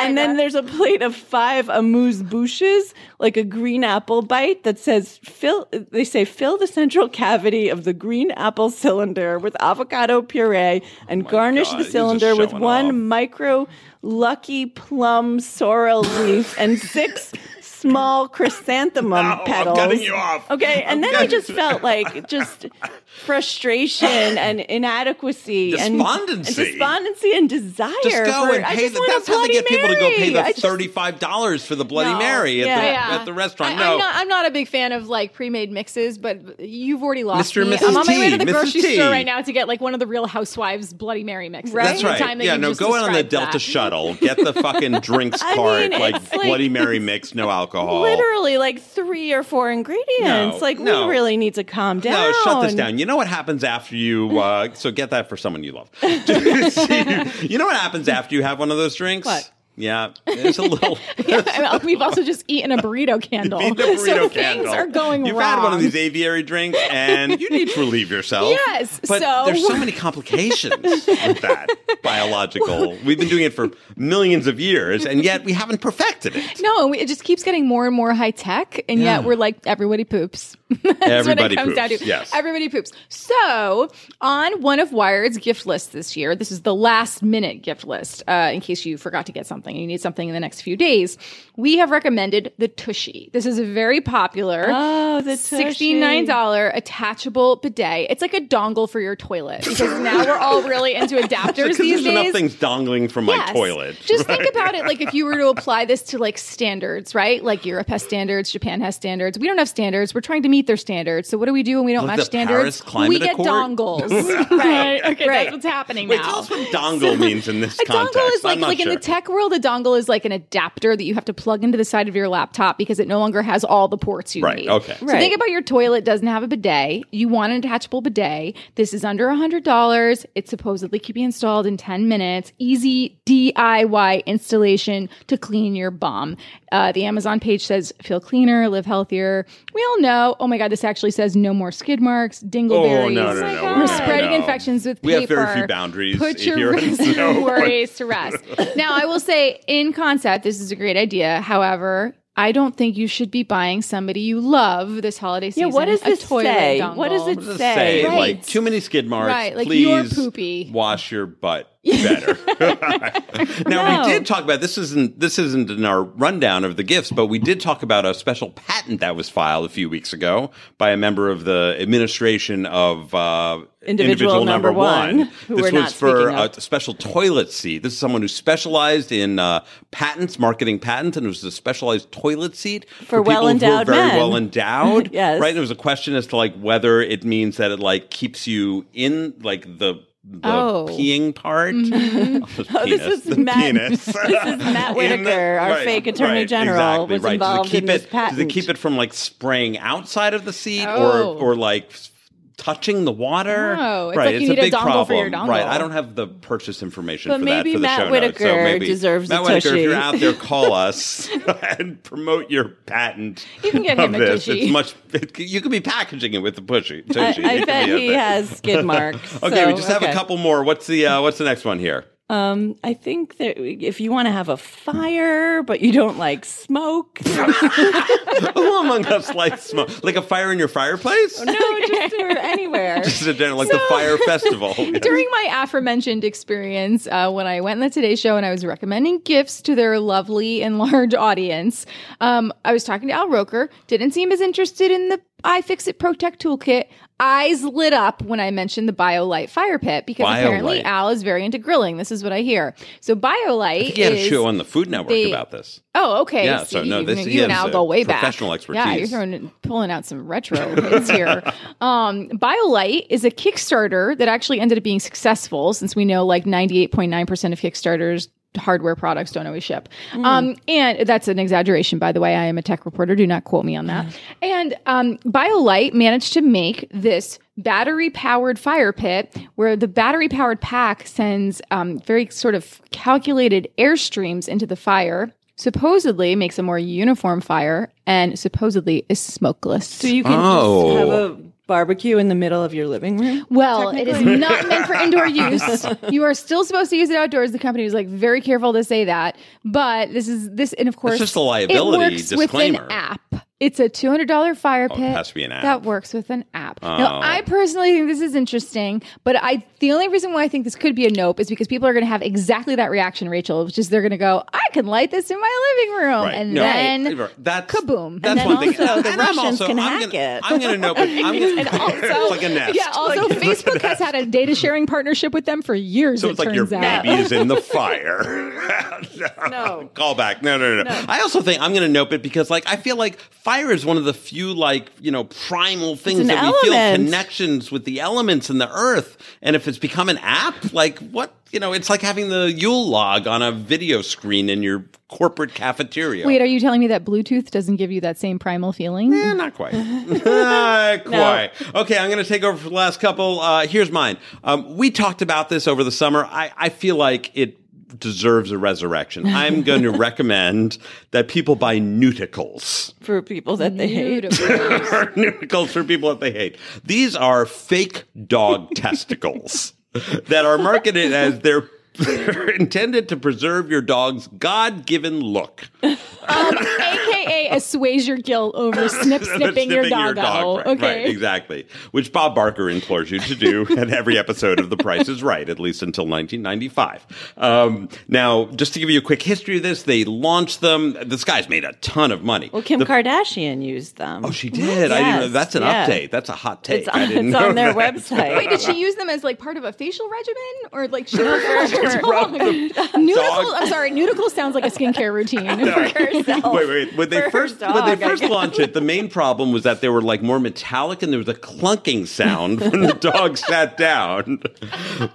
Speaker 2: and then there's a plate of five amuse bouches, like a green apple bite that says fill. They say fill the central cavity of the green apple cylinder with avocado puree and garnish
Speaker 1: Oh God,
Speaker 2: the
Speaker 1: he's just
Speaker 2: cylinder with
Speaker 1: showing
Speaker 2: one
Speaker 1: off.
Speaker 2: micro lucky plum sorrel leaf and six small chrysanthemum
Speaker 1: I'm
Speaker 2: petals.
Speaker 1: cutting you off.
Speaker 2: Okay, and
Speaker 1: I'm
Speaker 2: then I
Speaker 1: cutting-
Speaker 2: just felt like just frustration and inadequacy and-
Speaker 1: Despondency.
Speaker 2: and despondency and desire.
Speaker 1: just go
Speaker 2: for-
Speaker 1: and
Speaker 2: I
Speaker 1: pay.
Speaker 2: just
Speaker 1: The,
Speaker 2: want a
Speaker 1: that's how they
Speaker 2: Bloody
Speaker 1: get people to go pay
Speaker 2: Mary. I
Speaker 1: the
Speaker 2: just-
Speaker 1: thirty-five dollars for the Bloody
Speaker 2: No.
Speaker 1: Mary at,
Speaker 2: Yeah.
Speaker 1: the,
Speaker 2: Yeah.
Speaker 1: at the restaurant.
Speaker 4: I,
Speaker 1: no,
Speaker 4: I'm, not, I'm not a big fan of like pre-made mixes, but you've already lost
Speaker 1: Mr. and
Speaker 4: me.
Speaker 1: Mrs.
Speaker 4: I'm on my way
Speaker 1: T,
Speaker 4: to the
Speaker 1: Mrs.
Speaker 4: grocery
Speaker 1: T.
Speaker 4: store right now to get like one of the Real Housewives Bloody Mary mixes.
Speaker 2: Right?
Speaker 1: that's
Speaker 4: The
Speaker 1: right.
Speaker 4: time that
Speaker 1: yeah,
Speaker 4: you
Speaker 1: no,
Speaker 4: just
Speaker 1: go in on the
Speaker 4: described
Speaker 1: Delta
Speaker 4: that.
Speaker 1: shuttle, get the fucking drinks
Speaker 2: I
Speaker 1: cart,
Speaker 2: mean,
Speaker 1: like,
Speaker 2: it's like-
Speaker 1: Bloody Mary mix, no alcohol.
Speaker 2: Literally like three or four ingredients.
Speaker 1: No,
Speaker 2: like
Speaker 1: no.
Speaker 2: we really need to calm
Speaker 1: No,
Speaker 2: down.
Speaker 1: shut this down. You know what happens after you? Uh, so get that for someone you love. you know what happens after you have one of those drinks?
Speaker 2: What?
Speaker 1: Yeah, it's a little.
Speaker 4: And we've also just eaten a burrito candle.
Speaker 1: Beat the burrito
Speaker 4: so
Speaker 1: candle.
Speaker 4: things are going
Speaker 1: You've
Speaker 4: wrong.
Speaker 1: had one of these aviary drinks, and you need to relieve yourself.
Speaker 4: Yes,
Speaker 1: but
Speaker 4: so-
Speaker 1: there's so many complications with that biological. We've been doing it for millions of years, and yet we haven't perfected it.
Speaker 4: No, and we, it just keeps getting more and more high tech, and
Speaker 1: Yeah.
Speaker 4: yet we're like everybody poops. That's
Speaker 1: Everybody
Speaker 4: what it comes down
Speaker 1: poops,
Speaker 4: to.
Speaker 1: yes.
Speaker 4: everybody poops. So on one of Wired's gift lists this year, this is the last minute gift list. Uh, in case you forgot to get something, and you need something in the next few days. We have recommended the Tushy. This is a very popular.
Speaker 2: Oh, the tushy.
Speaker 4: $69 attachable bidet. It's like a dongle for your toilet because now we're all really into adapters
Speaker 1: Because
Speaker 4: these
Speaker 1: there's enough
Speaker 4: days.
Speaker 1: things dongling from my
Speaker 4: Yes.
Speaker 1: toilet.
Speaker 4: Just think about it like if you were to apply this to like standards, right? Like Europe has standards, Japan has standards. We don't have standards. We're trying to meet their standards. So what do we do when we don't
Speaker 1: Like
Speaker 4: match
Speaker 1: the Paris
Speaker 4: standards?
Speaker 1: Climate
Speaker 4: we get
Speaker 1: Accord?
Speaker 4: dongles. right. Okay,
Speaker 2: Right.
Speaker 4: that's what's happening
Speaker 1: Wait,
Speaker 4: now.
Speaker 1: tell us what dongle means in this
Speaker 4: A
Speaker 1: context.
Speaker 4: dongle is like
Speaker 1: I'm not
Speaker 4: like in
Speaker 1: sure.
Speaker 4: the tech world, a dongle is like an adapter that you have to plug into the side of your laptop because it no longer has all the ports you
Speaker 1: Right,
Speaker 4: need.
Speaker 1: okay.
Speaker 4: So
Speaker 2: Right.
Speaker 4: think about your toilet doesn't have a bidet. You want an attachable bidet. This is under hundred dollars. It supposedly could be installed in ten minutes. Easy DIY installation to clean your bum. Uh, the Amazon page says feel cleaner, live healthier. We all know. Oh my god, this actually says no more skid marks, dingleberries.
Speaker 1: Oh no, no, no!
Speaker 4: We're
Speaker 1: no,
Speaker 4: spreading
Speaker 1: no.
Speaker 4: infections with
Speaker 1: We have
Speaker 4: paper.
Speaker 1: very few boundaries
Speaker 4: Put your
Speaker 1: here.
Speaker 4: risk-
Speaker 1: No.
Speaker 4: worries to rest. Now, I will say, in concept, this is a great idea. However, I don't think you should be buying somebody you love this holiday
Speaker 2: Yeah,
Speaker 4: season.
Speaker 2: what does
Speaker 4: a
Speaker 2: this
Speaker 4: toilet
Speaker 2: say?
Speaker 4: Dongle.
Speaker 2: What does it
Speaker 1: Just
Speaker 2: say?
Speaker 1: say
Speaker 4: Right.
Speaker 1: like too many skid marks.
Speaker 4: Right, like, you're
Speaker 1: Please
Speaker 4: poopy.
Speaker 1: wash your butt better. now
Speaker 2: No.
Speaker 1: we did talk about this isn't this isn't in our rundown of the gifts, but we did talk about a special patent that was filed a few weeks ago by a member of the administration of uh,
Speaker 2: Individual number one, who
Speaker 1: this
Speaker 2: we're
Speaker 1: was
Speaker 2: not
Speaker 1: for
Speaker 2: speaking of.
Speaker 1: a special toilet seat. This is someone who specialized in uh, patents, marketing patents, and it was a specialized toilet seat
Speaker 2: For
Speaker 1: people
Speaker 2: well-endowed
Speaker 1: who are very
Speaker 2: men.
Speaker 1: well endowed.
Speaker 2: Yes.
Speaker 1: right. And it was a question as to like whether it means that it like keeps you in like the the
Speaker 4: Oh.
Speaker 1: peeing part.
Speaker 2: Oh, this
Speaker 1: Penis.
Speaker 2: is
Speaker 1: The
Speaker 2: Matt-
Speaker 1: penis.
Speaker 2: this is Matt
Speaker 1: In
Speaker 2: Whitaker, our fake attorney general, was
Speaker 1: So to
Speaker 2: involved
Speaker 1: keep
Speaker 2: in this
Speaker 1: it, To
Speaker 2: patent.
Speaker 1: keep it from like spraying outside of the seat
Speaker 4: Oh.
Speaker 1: or or like s- touching the water.
Speaker 2: Oh,
Speaker 4: No, it's
Speaker 1: right,
Speaker 4: like
Speaker 1: it's
Speaker 4: you need
Speaker 1: a
Speaker 4: a
Speaker 1: big
Speaker 4: dongle
Speaker 1: problem.
Speaker 4: for your dongle.
Speaker 1: Right, I don't have the purchase information
Speaker 2: But
Speaker 1: for that
Speaker 2: maybe
Speaker 1: for the
Speaker 2: Matt
Speaker 1: show notes. So
Speaker 2: Whitaker
Speaker 1: maybe
Speaker 2: deserves a
Speaker 1: Matt Whitaker, if
Speaker 2: tushy.
Speaker 1: you're out there, call us and promote your patent.
Speaker 4: You can get
Speaker 1: of
Speaker 4: him a
Speaker 1: this.
Speaker 4: tushy.
Speaker 1: It's much. It, you could be packaging it with the pushy.
Speaker 2: I,
Speaker 1: Tushy. It
Speaker 2: I
Speaker 1: could
Speaker 2: bet
Speaker 1: be a
Speaker 2: he
Speaker 1: thing.
Speaker 2: has skid marks.
Speaker 1: Okay,
Speaker 2: so,
Speaker 1: we just have a
Speaker 2: okay.
Speaker 1: couple more. What's the uh, What's the next one here?
Speaker 2: Um, I think that if you want to have a fire, but you don't like smoke, no,
Speaker 1: Who among us likes smoke? Like a fire in your
Speaker 4: Oh,
Speaker 1: fireplace?
Speaker 2: just or anywhere.
Speaker 1: This is a dinner like the fire festival.
Speaker 4: During my aforementioned experience, uh, when I went on the Today Show and I was recommending gifts to their lovely and large audience, um, I was talking to Al Roker. Didn't seem as interested in the iFixit Pro Tech Toolkit. Eyes lit up when I mentioned the BioLite fire pit because apparently
Speaker 1: BioLite.
Speaker 4: Al is very into grilling. This is what I hear. So BioLite
Speaker 1: he had a
Speaker 4: is-
Speaker 1: show on the Food Network
Speaker 4: the-
Speaker 1: about this.
Speaker 4: Oh, okay.
Speaker 1: Yeah, so no,
Speaker 4: you,
Speaker 1: this-
Speaker 4: you
Speaker 1: he
Speaker 4: and
Speaker 1: has
Speaker 4: Al
Speaker 1: a
Speaker 4: go way back.
Speaker 1: professional expertise.
Speaker 4: Yeah, you're throwing, pulling out some retro hits here. Um, BioLite is a Kickstarter that actually ended up being successful, since we know like 98.9 percent of Kickstarters. Hardware products don't always ship.
Speaker 1: Mm.
Speaker 4: Um, and that's an exaggeration, by the way. I am a tech reporter. Do not quote me on that.
Speaker 1: Mm.
Speaker 4: And um, BioLite managed to make this battery powered fire pit where the battery powered pack sends um, very sort of calculated airstreams into the fire supposedly makes a more uniform fire and supposedly is smokeless.
Speaker 2: So you can
Speaker 1: Oh.
Speaker 2: just have a barbecue in the middle of your living room.
Speaker 4: well, it is not meant for indoor use. You are still supposed to use it outdoors. The company was like very careful to say that, but this is this, and of course,
Speaker 1: just a liability
Speaker 4: it works With
Speaker 1: disclaimer.
Speaker 4: an app. It's a two hundred dollar fire
Speaker 1: Oh,
Speaker 4: pit.
Speaker 1: it has to be an app.
Speaker 4: that works with an app.
Speaker 1: Oh.
Speaker 4: Now, I personally think this is interesting, but I the only reason why I think this could be a nope is because people are going to have exactly that reaction, Rachel, which is they're going to go, "I can light this in my living room,"
Speaker 1: Right.
Speaker 4: um, and
Speaker 1: No,
Speaker 4: then
Speaker 1: right. that's
Speaker 4: kaboom.
Speaker 1: That's
Speaker 2: And then
Speaker 1: one thing.
Speaker 2: also the
Speaker 1: And I'm
Speaker 2: Russians
Speaker 1: also-
Speaker 2: can
Speaker 1: I'm
Speaker 2: hack
Speaker 1: gonna,
Speaker 2: it.
Speaker 1: I'm going to know, but I'm going
Speaker 4: and also,
Speaker 1: it's like a nest.
Speaker 4: yeah. Also, Facebook has had a data sharing partnership with them for years.
Speaker 1: So
Speaker 4: it
Speaker 1: it's like
Speaker 4: turns
Speaker 1: your
Speaker 4: out.
Speaker 1: baby is in the fire. no. Call back. No, no, no, no. I also think I'm going to nope it because, like, I feel like fire is one of the few like you know primal things
Speaker 2: an
Speaker 1: that we feel
Speaker 2: element.
Speaker 1: connections with the elements and the earth. And if it's become an app, like what you know, it's like having the Yule log on a video screen in your corporate cafeteria.
Speaker 4: Wait, are you telling me that Bluetooth doesn't give you that same primal feeling?
Speaker 1: Eh, not quite. not quite. Okay, I'm going to take over for the last couple. Uh, here's mine. Um, we talked about this over the summer. I, I feel like it deserves a resurrection. I'm going to recommend that people buy nuticles.
Speaker 2: for people that they hate.
Speaker 4: Beautiful.
Speaker 1: Or nuticles for people that they hate. These are fake dog testicles that are marketed as they're. They're intended to preserve your dog's God-given look.
Speaker 4: Um, AKA assuage your guilt over snip snipping your
Speaker 1: Snipping
Speaker 4: doggo.
Speaker 1: right,
Speaker 4: okay.
Speaker 1: right, exactly. Which Bob Barker implores you to do at every episode of The Price is Right, at least until 1995. Um, now, just to give you a quick history of this, they launched them. This guy's made a ton of money.
Speaker 2: Well, Kim
Speaker 1: The-
Speaker 2: Kardashian used them.
Speaker 1: Oh, she did. I didn't know.
Speaker 2: Yes,
Speaker 1: That's an
Speaker 2: yeah.
Speaker 1: update. That's a hot take.
Speaker 2: It's
Speaker 1: I
Speaker 2: on,
Speaker 1: didn't
Speaker 2: it's
Speaker 1: know
Speaker 2: on their
Speaker 1: that.
Speaker 2: website.
Speaker 4: Wait, did she use them as like part of a facial regimen or like she preferred her
Speaker 1: dog.
Speaker 4: dog? Nudicle, I'm sorry, nudicle sounds like a skincare routine.
Speaker 2: herself.
Speaker 1: Wait, wait. When
Speaker 2: For
Speaker 1: they
Speaker 2: her
Speaker 1: first when they
Speaker 2: dog, I
Speaker 1: first
Speaker 2: guess.
Speaker 1: launched it, the main problem was that they were like more metallic and there was a clunking sound when the dog sat down.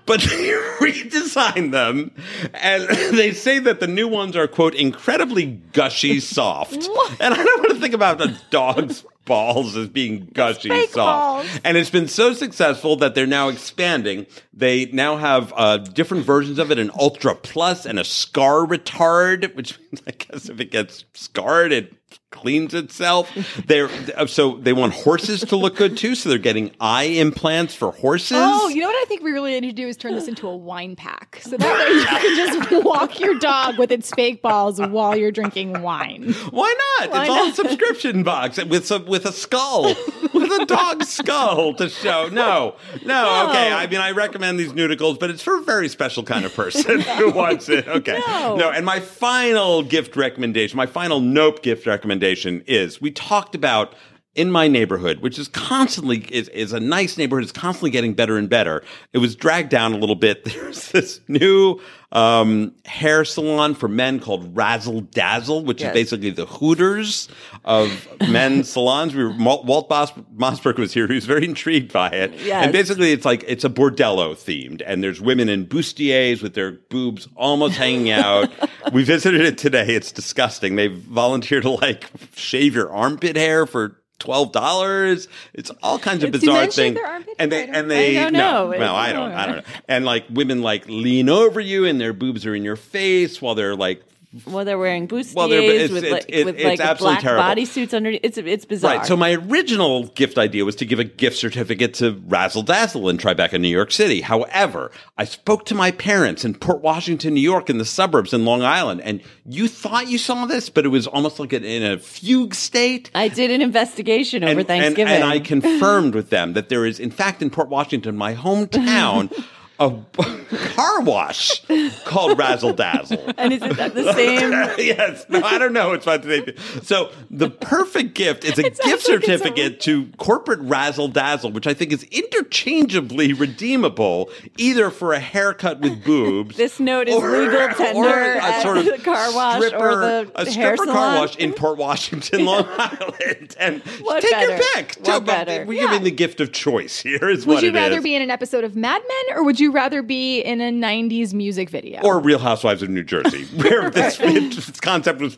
Speaker 1: But they redesigned them, and they say that the new ones are quote incredibly gushy soft. and I don't want to think about the dog's balls as being gushy soft. And it's been so successful that they're now expanding. They now have uh, different versions of it an Ultra Plus and a Scar Retard, which means, I guess, if it gets scarred, it cleans itself. They're uh, So they want horses to look good too. So they're getting eye implants for horses.
Speaker 4: Oh, you know what I think we really need to do is turn this into a wine pack. So that way you can just walk your dog with its fake balls while you're drinking wine.
Speaker 1: Why not? it's all a subscription box with some with a skull, with a dog skull to show. No, no, okay. I mean, I recommend these nudicles, but it's for a very special kind of person who wants it. Okay, no. And my final gift recommendation, my final nope gift recommendation is we talked about. In my neighborhood, which is constantly is, is a nice neighborhood, it's constantly getting better and better. It was dragged down a little bit. There's this new um, hair salon for men called Razzle Dazzle, which is
Speaker 2: Yes.
Speaker 1: basically basically the Hooters of men's salons. We were, Walt Walt Bos- Mossberg was here. He was very intrigued by it.
Speaker 2: Yes.
Speaker 1: And basically, it's like it's a bordello themed, and there's women in bustiers with their boobs almost hanging out. we visited it today. It's disgusting. They volunteer to like shave your armpit hair for. Twelve dollars. It's all kinds of
Speaker 4: Do
Speaker 1: bizarre
Speaker 4: men shave
Speaker 1: things,
Speaker 4: their armpit
Speaker 1: and they
Speaker 4: hair? I don't-
Speaker 1: and they
Speaker 2: I don't
Speaker 1: no
Speaker 2: know.
Speaker 1: no I don't I don't know. And like women like lean over you, and their boobs are in your face while they're like
Speaker 2: Well, they're wearing bustiers
Speaker 1: Well, they're- it's-
Speaker 2: with
Speaker 1: it's-
Speaker 2: like,
Speaker 1: it-
Speaker 2: with
Speaker 1: it's
Speaker 2: like
Speaker 1: absolutely
Speaker 2: black
Speaker 1: terrible.
Speaker 2: bodysuits underneath. It's it's bizarre.
Speaker 1: Right. So my original gift idea was to give a gift certificate to Razzle Dazzle in Tribeca, New York City. However, I spoke to my parents in Port Washington, New York, in the suburbs in Long Island, and you thought you saw this, but it was almost like an, in a fugue state.
Speaker 2: I did an investigation over Thanksgiving.
Speaker 1: And, I confirmed with them that there is, in fact, in Port Washington, my hometown, a car wash called Razzle Dazzle.
Speaker 2: and is it the same?
Speaker 1: yes. No, I don't know. It's about the same. So the perfect gift is a gift certificate to corporate razzle dazzle, which I think is interchangeably redeemable, either for a haircut with boobs.
Speaker 2: This note is
Speaker 1: or-
Speaker 2: legal tender
Speaker 1: or a
Speaker 2: at
Speaker 1: sort of
Speaker 2: the car wash or
Speaker 1: stripper-
Speaker 2: the
Speaker 1: a stripper
Speaker 2: hair
Speaker 1: car
Speaker 2: salon.
Speaker 1: wash in Port Washington, Long Island, and
Speaker 2: What
Speaker 1: take your
Speaker 2: better?
Speaker 1: pick.
Speaker 2: What
Speaker 1: So, but
Speaker 2: better?
Speaker 1: We're giving the gift of choice here. Is
Speaker 4: Would
Speaker 1: what
Speaker 4: you
Speaker 1: it
Speaker 4: rather
Speaker 1: is.
Speaker 4: be in an episode of Mad Men or would you rather be in a 90s music video?
Speaker 1: or Real Housewives of New Jersey, where this, this concept was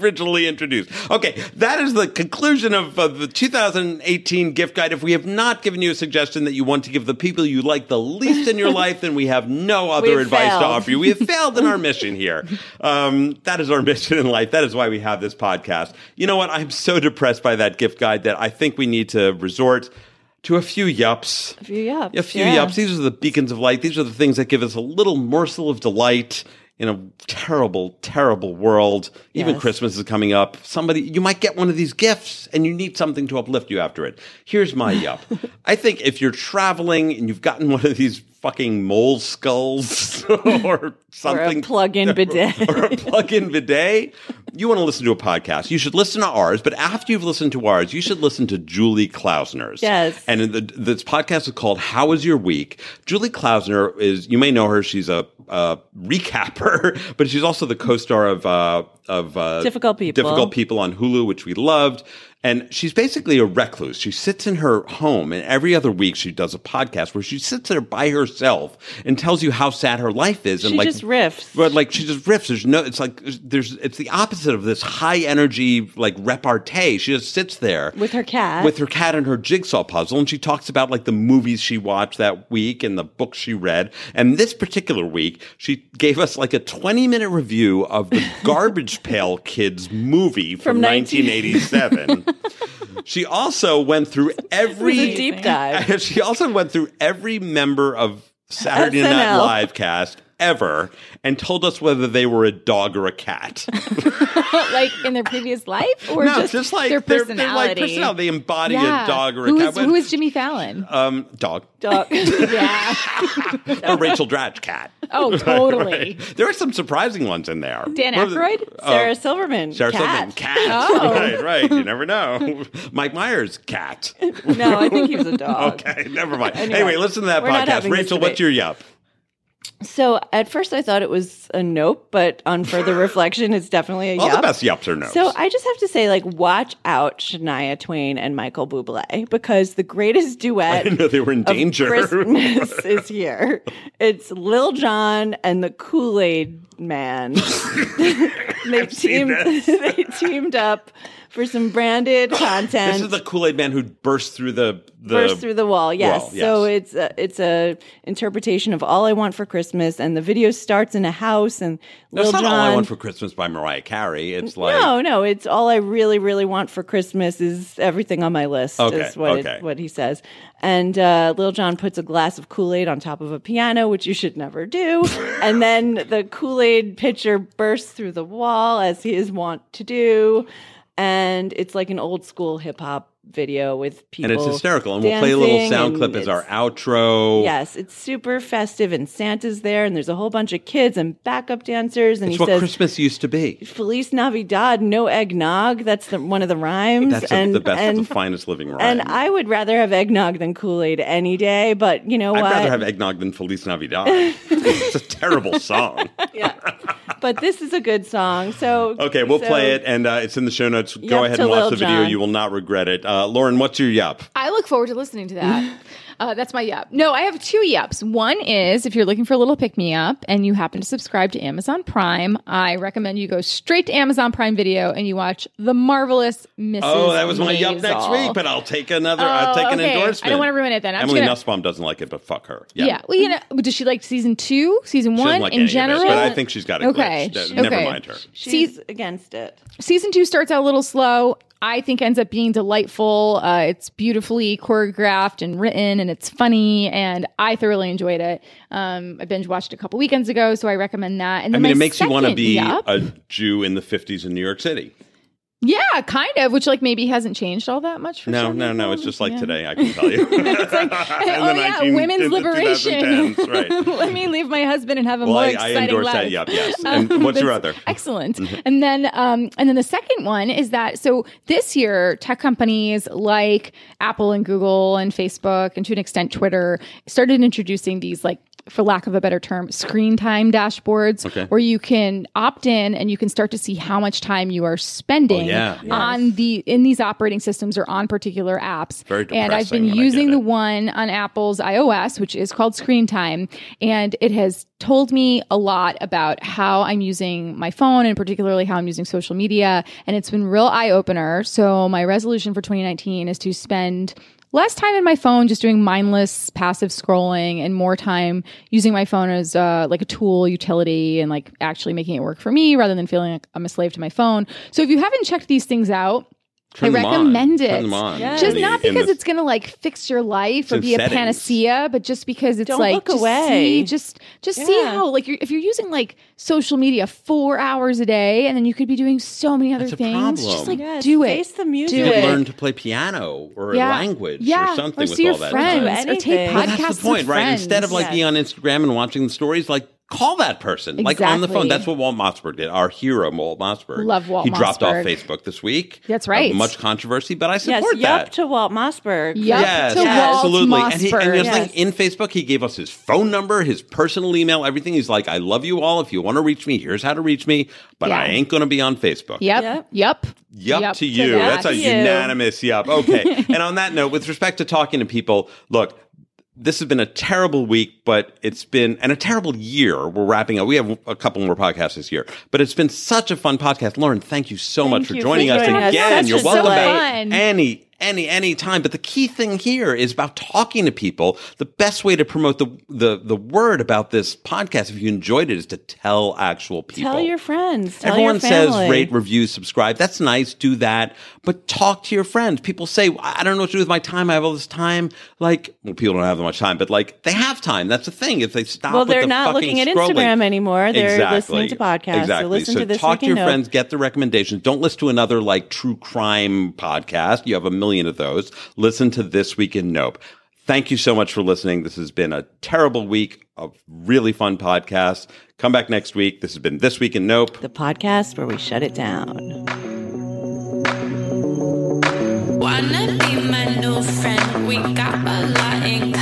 Speaker 1: originally introduced. Okay, that is the conclusion of, of the 2018 gift guide. If we have not given you a suggestion that you want to give the people you like the least in your life, then we have no other
Speaker 2: We've
Speaker 1: advice
Speaker 2: failed.
Speaker 1: to offer you. We have failed in our mission here. Um, that is our mission in life. That is why we have this podcast. You know what? I'm so depressed by that gift guide that I think we need to resort to a few yups.
Speaker 2: A few yups,
Speaker 1: A few
Speaker 2: yeah.
Speaker 1: yups. These are the beacons of light. These are the things that give us a little morsel of delight in a terrible, terrible world. Even
Speaker 2: Yes.
Speaker 1: Christmas is coming up. Somebody, you might get one of these gifts and you need something to uplift you after it. Here's my yup. I think if you're traveling and you've gotten one of these fucking mole skulls or
Speaker 2: or a
Speaker 1: something
Speaker 2: plug-in bidet.
Speaker 1: or a plug-in bidet, you want to listen to a podcast, you should listen to ours. But after you've listened to ours, you should listen to Julie Klausner's.
Speaker 2: Yes.
Speaker 1: And the, this podcast is called "How Was Your Week." Julie Klausner is you may know her. She's a, uh recapper, but she's also the co-star of uh, of uh,
Speaker 2: Difficult People.
Speaker 1: Difficult people on Hulu, which we loved. And she's basically a recluse. She sits in her home, and every other week she does a podcast where she sits there by herself and tells you how sad her life is. And
Speaker 2: She
Speaker 1: like
Speaker 2: just riffs.
Speaker 1: but like she just riffs. There's no. It's like there's. It's the opposite of this high energy like repartee. She just sits there
Speaker 2: With her cat.
Speaker 1: with her cat and her jigsaw puzzle, and she talks about like the movies she watched that week and the books she read. And this particular week, she gave us like a 20 minute review of the Garbage Pail Kids movie from,
Speaker 2: From 19
Speaker 1: 1987. she also went through every
Speaker 2: It's a deep dive.
Speaker 1: she also went through every member of Saturday Night
Speaker 2: SNL.
Speaker 1: Live cast ever and told us whether they were a dog or a cat.
Speaker 4: like in their previous life or
Speaker 1: no,
Speaker 4: just,
Speaker 1: just, like
Speaker 4: their
Speaker 1: they're-
Speaker 4: personality.
Speaker 1: They're, like personality. They embody
Speaker 4: Yeah.
Speaker 1: a dog or a
Speaker 4: who
Speaker 1: cat.
Speaker 4: is,
Speaker 1: but-
Speaker 4: who is Jimmy Fallon?
Speaker 1: um, dog.
Speaker 2: Dog.
Speaker 4: yeah.
Speaker 1: or Rachel Dratch cat.
Speaker 4: Oh, totally.
Speaker 1: There are some surprising ones in there.
Speaker 4: Dan
Speaker 1: What are the-
Speaker 4: Aykroyd?
Speaker 2: Sarah Silverman.
Speaker 1: Uh, Sarah
Speaker 2: cat.
Speaker 1: Silverman, cat.
Speaker 4: Oh.
Speaker 1: Right, right. You never know. Mike Myers, cat.
Speaker 2: No, I think he was a dog.
Speaker 1: Okay, never mind.
Speaker 2: Anyway,
Speaker 1: Anyway, listen to that
Speaker 2: we're not
Speaker 1: podcast.
Speaker 2: having this
Speaker 1: Rachel, what's
Speaker 2: debate.
Speaker 1: your yup?
Speaker 2: So at first I thought it was a nope, but on further reflection, it's definitely a
Speaker 1: All the
Speaker 2: yup.
Speaker 1: best yups are no.
Speaker 2: So I just have to say, like, watch out Shania Twain and Michael Bublé because the greatest duet
Speaker 1: didn't know they were in
Speaker 2: of
Speaker 1: danger.
Speaker 2: Christmas is here. It's Lil Jon and the Kool Aid Man. they
Speaker 1: seen
Speaker 2: teamed.
Speaker 1: this.
Speaker 2: they teamed up for some branded content.
Speaker 1: This is the Kool Aid Man who burst through the, the
Speaker 2: Burst through the wall, yes.
Speaker 1: Wall,
Speaker 2: So
Speaker 1: yes.
Speaker 2: it's a, it's a interpretation of "All I Want for Christmas," and the video starts in a house, and
Speaker 1: That's
Speaker 2: Lil
Speaker 1: not
Speaker 2: Jon.
Speaker 1: all I want for Christmas by Mariah Carey. It's like
Speaker 2: no, no, it's all I really, really want for Christmas is everything on my list.
Speaker 1: Okay,
Speaker 2: is what it-
Speaker 1: okay.
Speaker 2: what he says. And uh, Lil John puts a glass of Kool Aid on top of a piano, which you should never do. and then the Kool Aid pitcher bursts through the wall as he is wont to do, and it's like an old school hip hop video with people
Speaker 1: and it's hysterical. And we'll play a little
Speaker 2: dancing,
Speaker 1: sound
Speaker 2: and
Speaker 1: clip as our
Speaker 2: it's-
Speaker 1: outro.
Speaker 2: Yes, it's super festive, and Santa's there, and there's a whole bunch of kids and backup dancers, and
Speaker 1: It's
Speaker 2: he
Speaker 1: what
Speaker 2: says,
Speaker 1: Christmas used to be.
Speaker 2: Feliz Navidad, no eggnog. That's the, one of the rhymes.
Speaker 1: That's a-
Speaker 2: and,
Speaker 1: the best
Speaker 2: and,
Speaker 1: of the finest living rhyme.
Speaker 2: and I would rather have eggnog than Kool Aid any day, but you know
Speaker 1: I'd
Speaker 2: what?
Speaker 1: rather have eggnog than Feliz Navidad. it's a terrible song.
Speaker 2: but this is a good song. So
Speaker 1: Okay, we'll
Speaker 2: so-
Speaker 1: play it, and uh, it's in the show notes.
Speaker 2: Yup
Speaker 1: Go ahead
Speaker 2: to
Speaker 1: and watch
Speaker 2: Lil
Speaker 1: the video.
Speaker 2: Jon.
Speaker 1: You will not regret it. Uh, Lauren, what's your yup?
Speaker 4: I look forward to listening to that. Uh, that's my yup. No, I have two yups. One is if you're looking for a little pick me up and you happen to subscribe to Amazon Prime, I recommend you go straight to Amazon Prime Video and you watch the marvelous Mrs.
Speaker 1: Oh, that was my yup
Speaker 4: Maisel.
Speaker 1: next week, but I'll take another. I'll
Speaker 4: Oh,
Speaker 1: take an
Speaker 4: okay.
Speaker 1: endorsement.
Speaker 4: I don't wanna ruin it then. I'm just
Speaker 1: Emily
Speaker 4: gonna-
Speaker 1: Nussbaum doesn't like it, but fuck her.
Speaker 4: yeah. well, you know, does she like season two, season
Speaker 1: She doesn't
Speaker 4: one
Speaker 1: like
Speaker 4: in
Speaker 1: any
Speaker 4: general?
Speaker 1: Of it, but I think she's got a
Speaker 4: Okay,
Speaker 1: glitch.
Speaker 4: sh-
Speaker 1: Never
Speaker 4: okay.
Speaker 1: mind her.
Speaker 2: She's against it.
Speaker 4: season two starts out a little slow i think ends up being delightful uh, it's beautifully choreographed and written and it's funny and i thoroughly enjoyed it um, i binge watched a couple weekends ago so i recommend that and
Speaker 1: I
Speaker 4: then
Speaker 1: mean,
Speaker 4: my
Speaker 1: it makes you want to
Speaker 4: second
Speaker 1: be
Speaker 4: yup-
Speaker 1: a Jew in the 50s in New York City.
Speaker 4: yeah kind of which like maybe hasn't changed all that much for
Speaker 1: No,
Speaker 4: some
Speaker 1: no, no.
Speaker 4: people.
Speaker 1: It's just like
Speaker 4: Yeah.
Speaker 1: today, I can tell you. it's like,
Speaker 4: oh yeah women's liberation
Speaker 1: Right.
Speaker 4: let me leave my husband and have a
Speaker 1: Well,
Speaker 4: more
Speaker 1: I, I
Speaker 4: exciting
Speaker 1: endorse
Speaker 4: life. Um,
Speaker 1: that. Yup, yes. And what's your
Speaker 4: That's
Speaker 1: other? Mm-hmm.
Speaker 4: Excellent. And then um, and then the second one is that so this year tech companies like Apple and Google and Facebook and to an extent Twitter started introducing these like for lack of a better term, screen time dashboards
Speaker 1: Okay.
Speaker 4: where you can opt in and you can start to see how much time you are spending
Speaker 1: Oh, yeah. Yes.
Speaker 4: on the in these operating systems or on particular apps.
Speaker 1: Very
Speaker 4: and I've
Speaker 1: depressing,
Speaker 4: been
Speaker 1: and I get
Speaker 4: using
Speaker 1: it.
Speaker 4: the one on Apple's iOS, which is called Screen Time. And it has told me a lot about how I'm using my phone and particularly how I'm using social media. And it's been real eye opener. So my resolution for 2019 is to spend less time in my phone just doing mindless passive scrolling and more time using my phone as uh, like a tool utility and like actually making it work for me rather than feeling like i'm a slave to my phone so if you haven't checked these things out
Speaker 1: Turn them on.
Speaker 4: recommend it.
Speaker 1: Turn them on.
Speaker 2: Yes.
Speaker 4: just
Speaker 1: In the-
Speaker 4: not
Speaker 1: in
Speaker 4: because
Speaker 1: the-
Speaker 4: it's gonna like fix your life or
Speaker 1: in
Speaker 4: be a
Speaker 1: settings.
Speaker 4: panacea, but just because it's
Speaker 2: Don't
Speaker 4: like
Speaker 2: look
Speaker 4: just see,
Speaker 2: away.
Speaker 4: just just see
Speaker 2: Yeah.
Speaker 4: how like you're, if you're using like social media four hours a day, and then you could be doing so many other
Speaker 1: That's a
Speaker 4: things. Just
Speaker 1: problem.
Speaker 4: like
Speaker 2: Yes,
Speaker 4: do it,
Speaker 2: face the music.
Speaker 4: do
Speaker 1: You could
Speaker 4: it.
Speaker 1: learn to play piano or a
Speaker 4: yeah,
Speaker 1: language
Speaker 4: yeah,
Speaker 1: or something
Speaker 4: see
Speaker 1: with
Speaker 4: your
Speaker 1: all that.
Speaker 4: friends,
Speaker 1: time.
Speaker 2: Do
Speaker 4: or take
Speaker 2: anything.
Speaker 1: Well,
Speaker 4: podcasts
Speaker 1: that's the point,
Speaker 4: with
Speaker 1: right?
Speaker 4: friends.
Speaker 1: Instead of like
Speaker 2: Yes.
Speaker 1: being on Instagram and watching the stories, like Call that person, like on the phone.
Speaker 4: Exactly.
Speaker 1: That's what Walt Mossberg did. Our hero, Walt Mossberg.
Speaker 4: Love Walt
Speaker 1: He dropped off
Speaker 4: Mossberg.
Speaker 1: Facebook this week.
Speaker 4: That's right.
Speaker 1: Uh, much controversy, but I
Speaker 2: Yes,
Speaker 1: support that.
Speaker 2: yup to Walt Mossberg.
Speaker 4: Yup
Speaker 1: Yes,
Speaker 4: to Walt
Speaker 1: absolutely. And, he, and
Speaker 4: Mossberg.
Speaker 1: just like
Speaker 2: Yes.
Speaker 1: in Facebook, he gave us his phone number, his personal email, everything. He's like, I love you all. If you want to reach me, here's how to reach me, but I
Speaker 4: Yeah.
Speaker 1: ain't going to be on Facebook.
Speaker 4: Yep. Yep.
Speaker 2: Yep.
Speaker 1: Yup
Speaker 4: Yup
Speaker 1: to
Speaker 4: to
Speaker 1: you.
Speaker 2: that.
Speaker 1: That's a
Speaker 2: To you.
Speaker 1: unanimous yup. Okay. and on that note, with respect to talking to people, look, this has been a terrible week, but it's been, and a terrible year. We're wrapping up. We have a couple more podcasts this year, but it's been such a fun podcast. Lauren, thank you so much for
Speaker 4: you for
Speaker 1: joining us
Speaker 2: joining us.
Speaker 1: again.
Speaker 2: Such
Speaker 1: You're
Speaker 2: a
Speaker 1: welcome back
Speaker 4: delight.
Speaker 1: any any any time but the key thing here is about talking to people the best way to promote the the the word about this podcast if you enjoyed it is to tell actual people
Speaker 2: Tell your friends. Tell
Speaker 1: Everyone
Speaker 2: your family.
Speaker 1: says rate, review, subscribe. That's nice. Do that. But talk to your friends. People say, I don't know what to do with my time. I have all this time. Like, well, people don't have that much time, but like they have time. That's the thing. If they stop,
Speaker 2: Well,
Speaker 1: with
Speaker 2: they're
Speaker 1: the
Speaker 2: not
Speaker 1: fucking
Speaker 2: looking at
Speaker 1: scrolling-
Speaker 2: Instagram anymore. They're listening to podcasts. So
Speaker 1: Exactly.
Speaker 2: listen to This
Speaker 1: talk
Speaker 2: Week
Speaker 1: to
Speaker 2: in
Speaker 1: your
Speaker 2: Nope.
Speaker 1: friends. Get the recommendations. Don't listen to another like true crime podcast. You have a million of those. Listen to This Week in Nope. Thank you so much for listening. This has been a terrible week of really fun podcasts. Come back next week. This has been This Week in Nope.
Speaker 2: the podcast where we shut it down.
Speaker 5: Wanna be my new friend? We got a lot in common.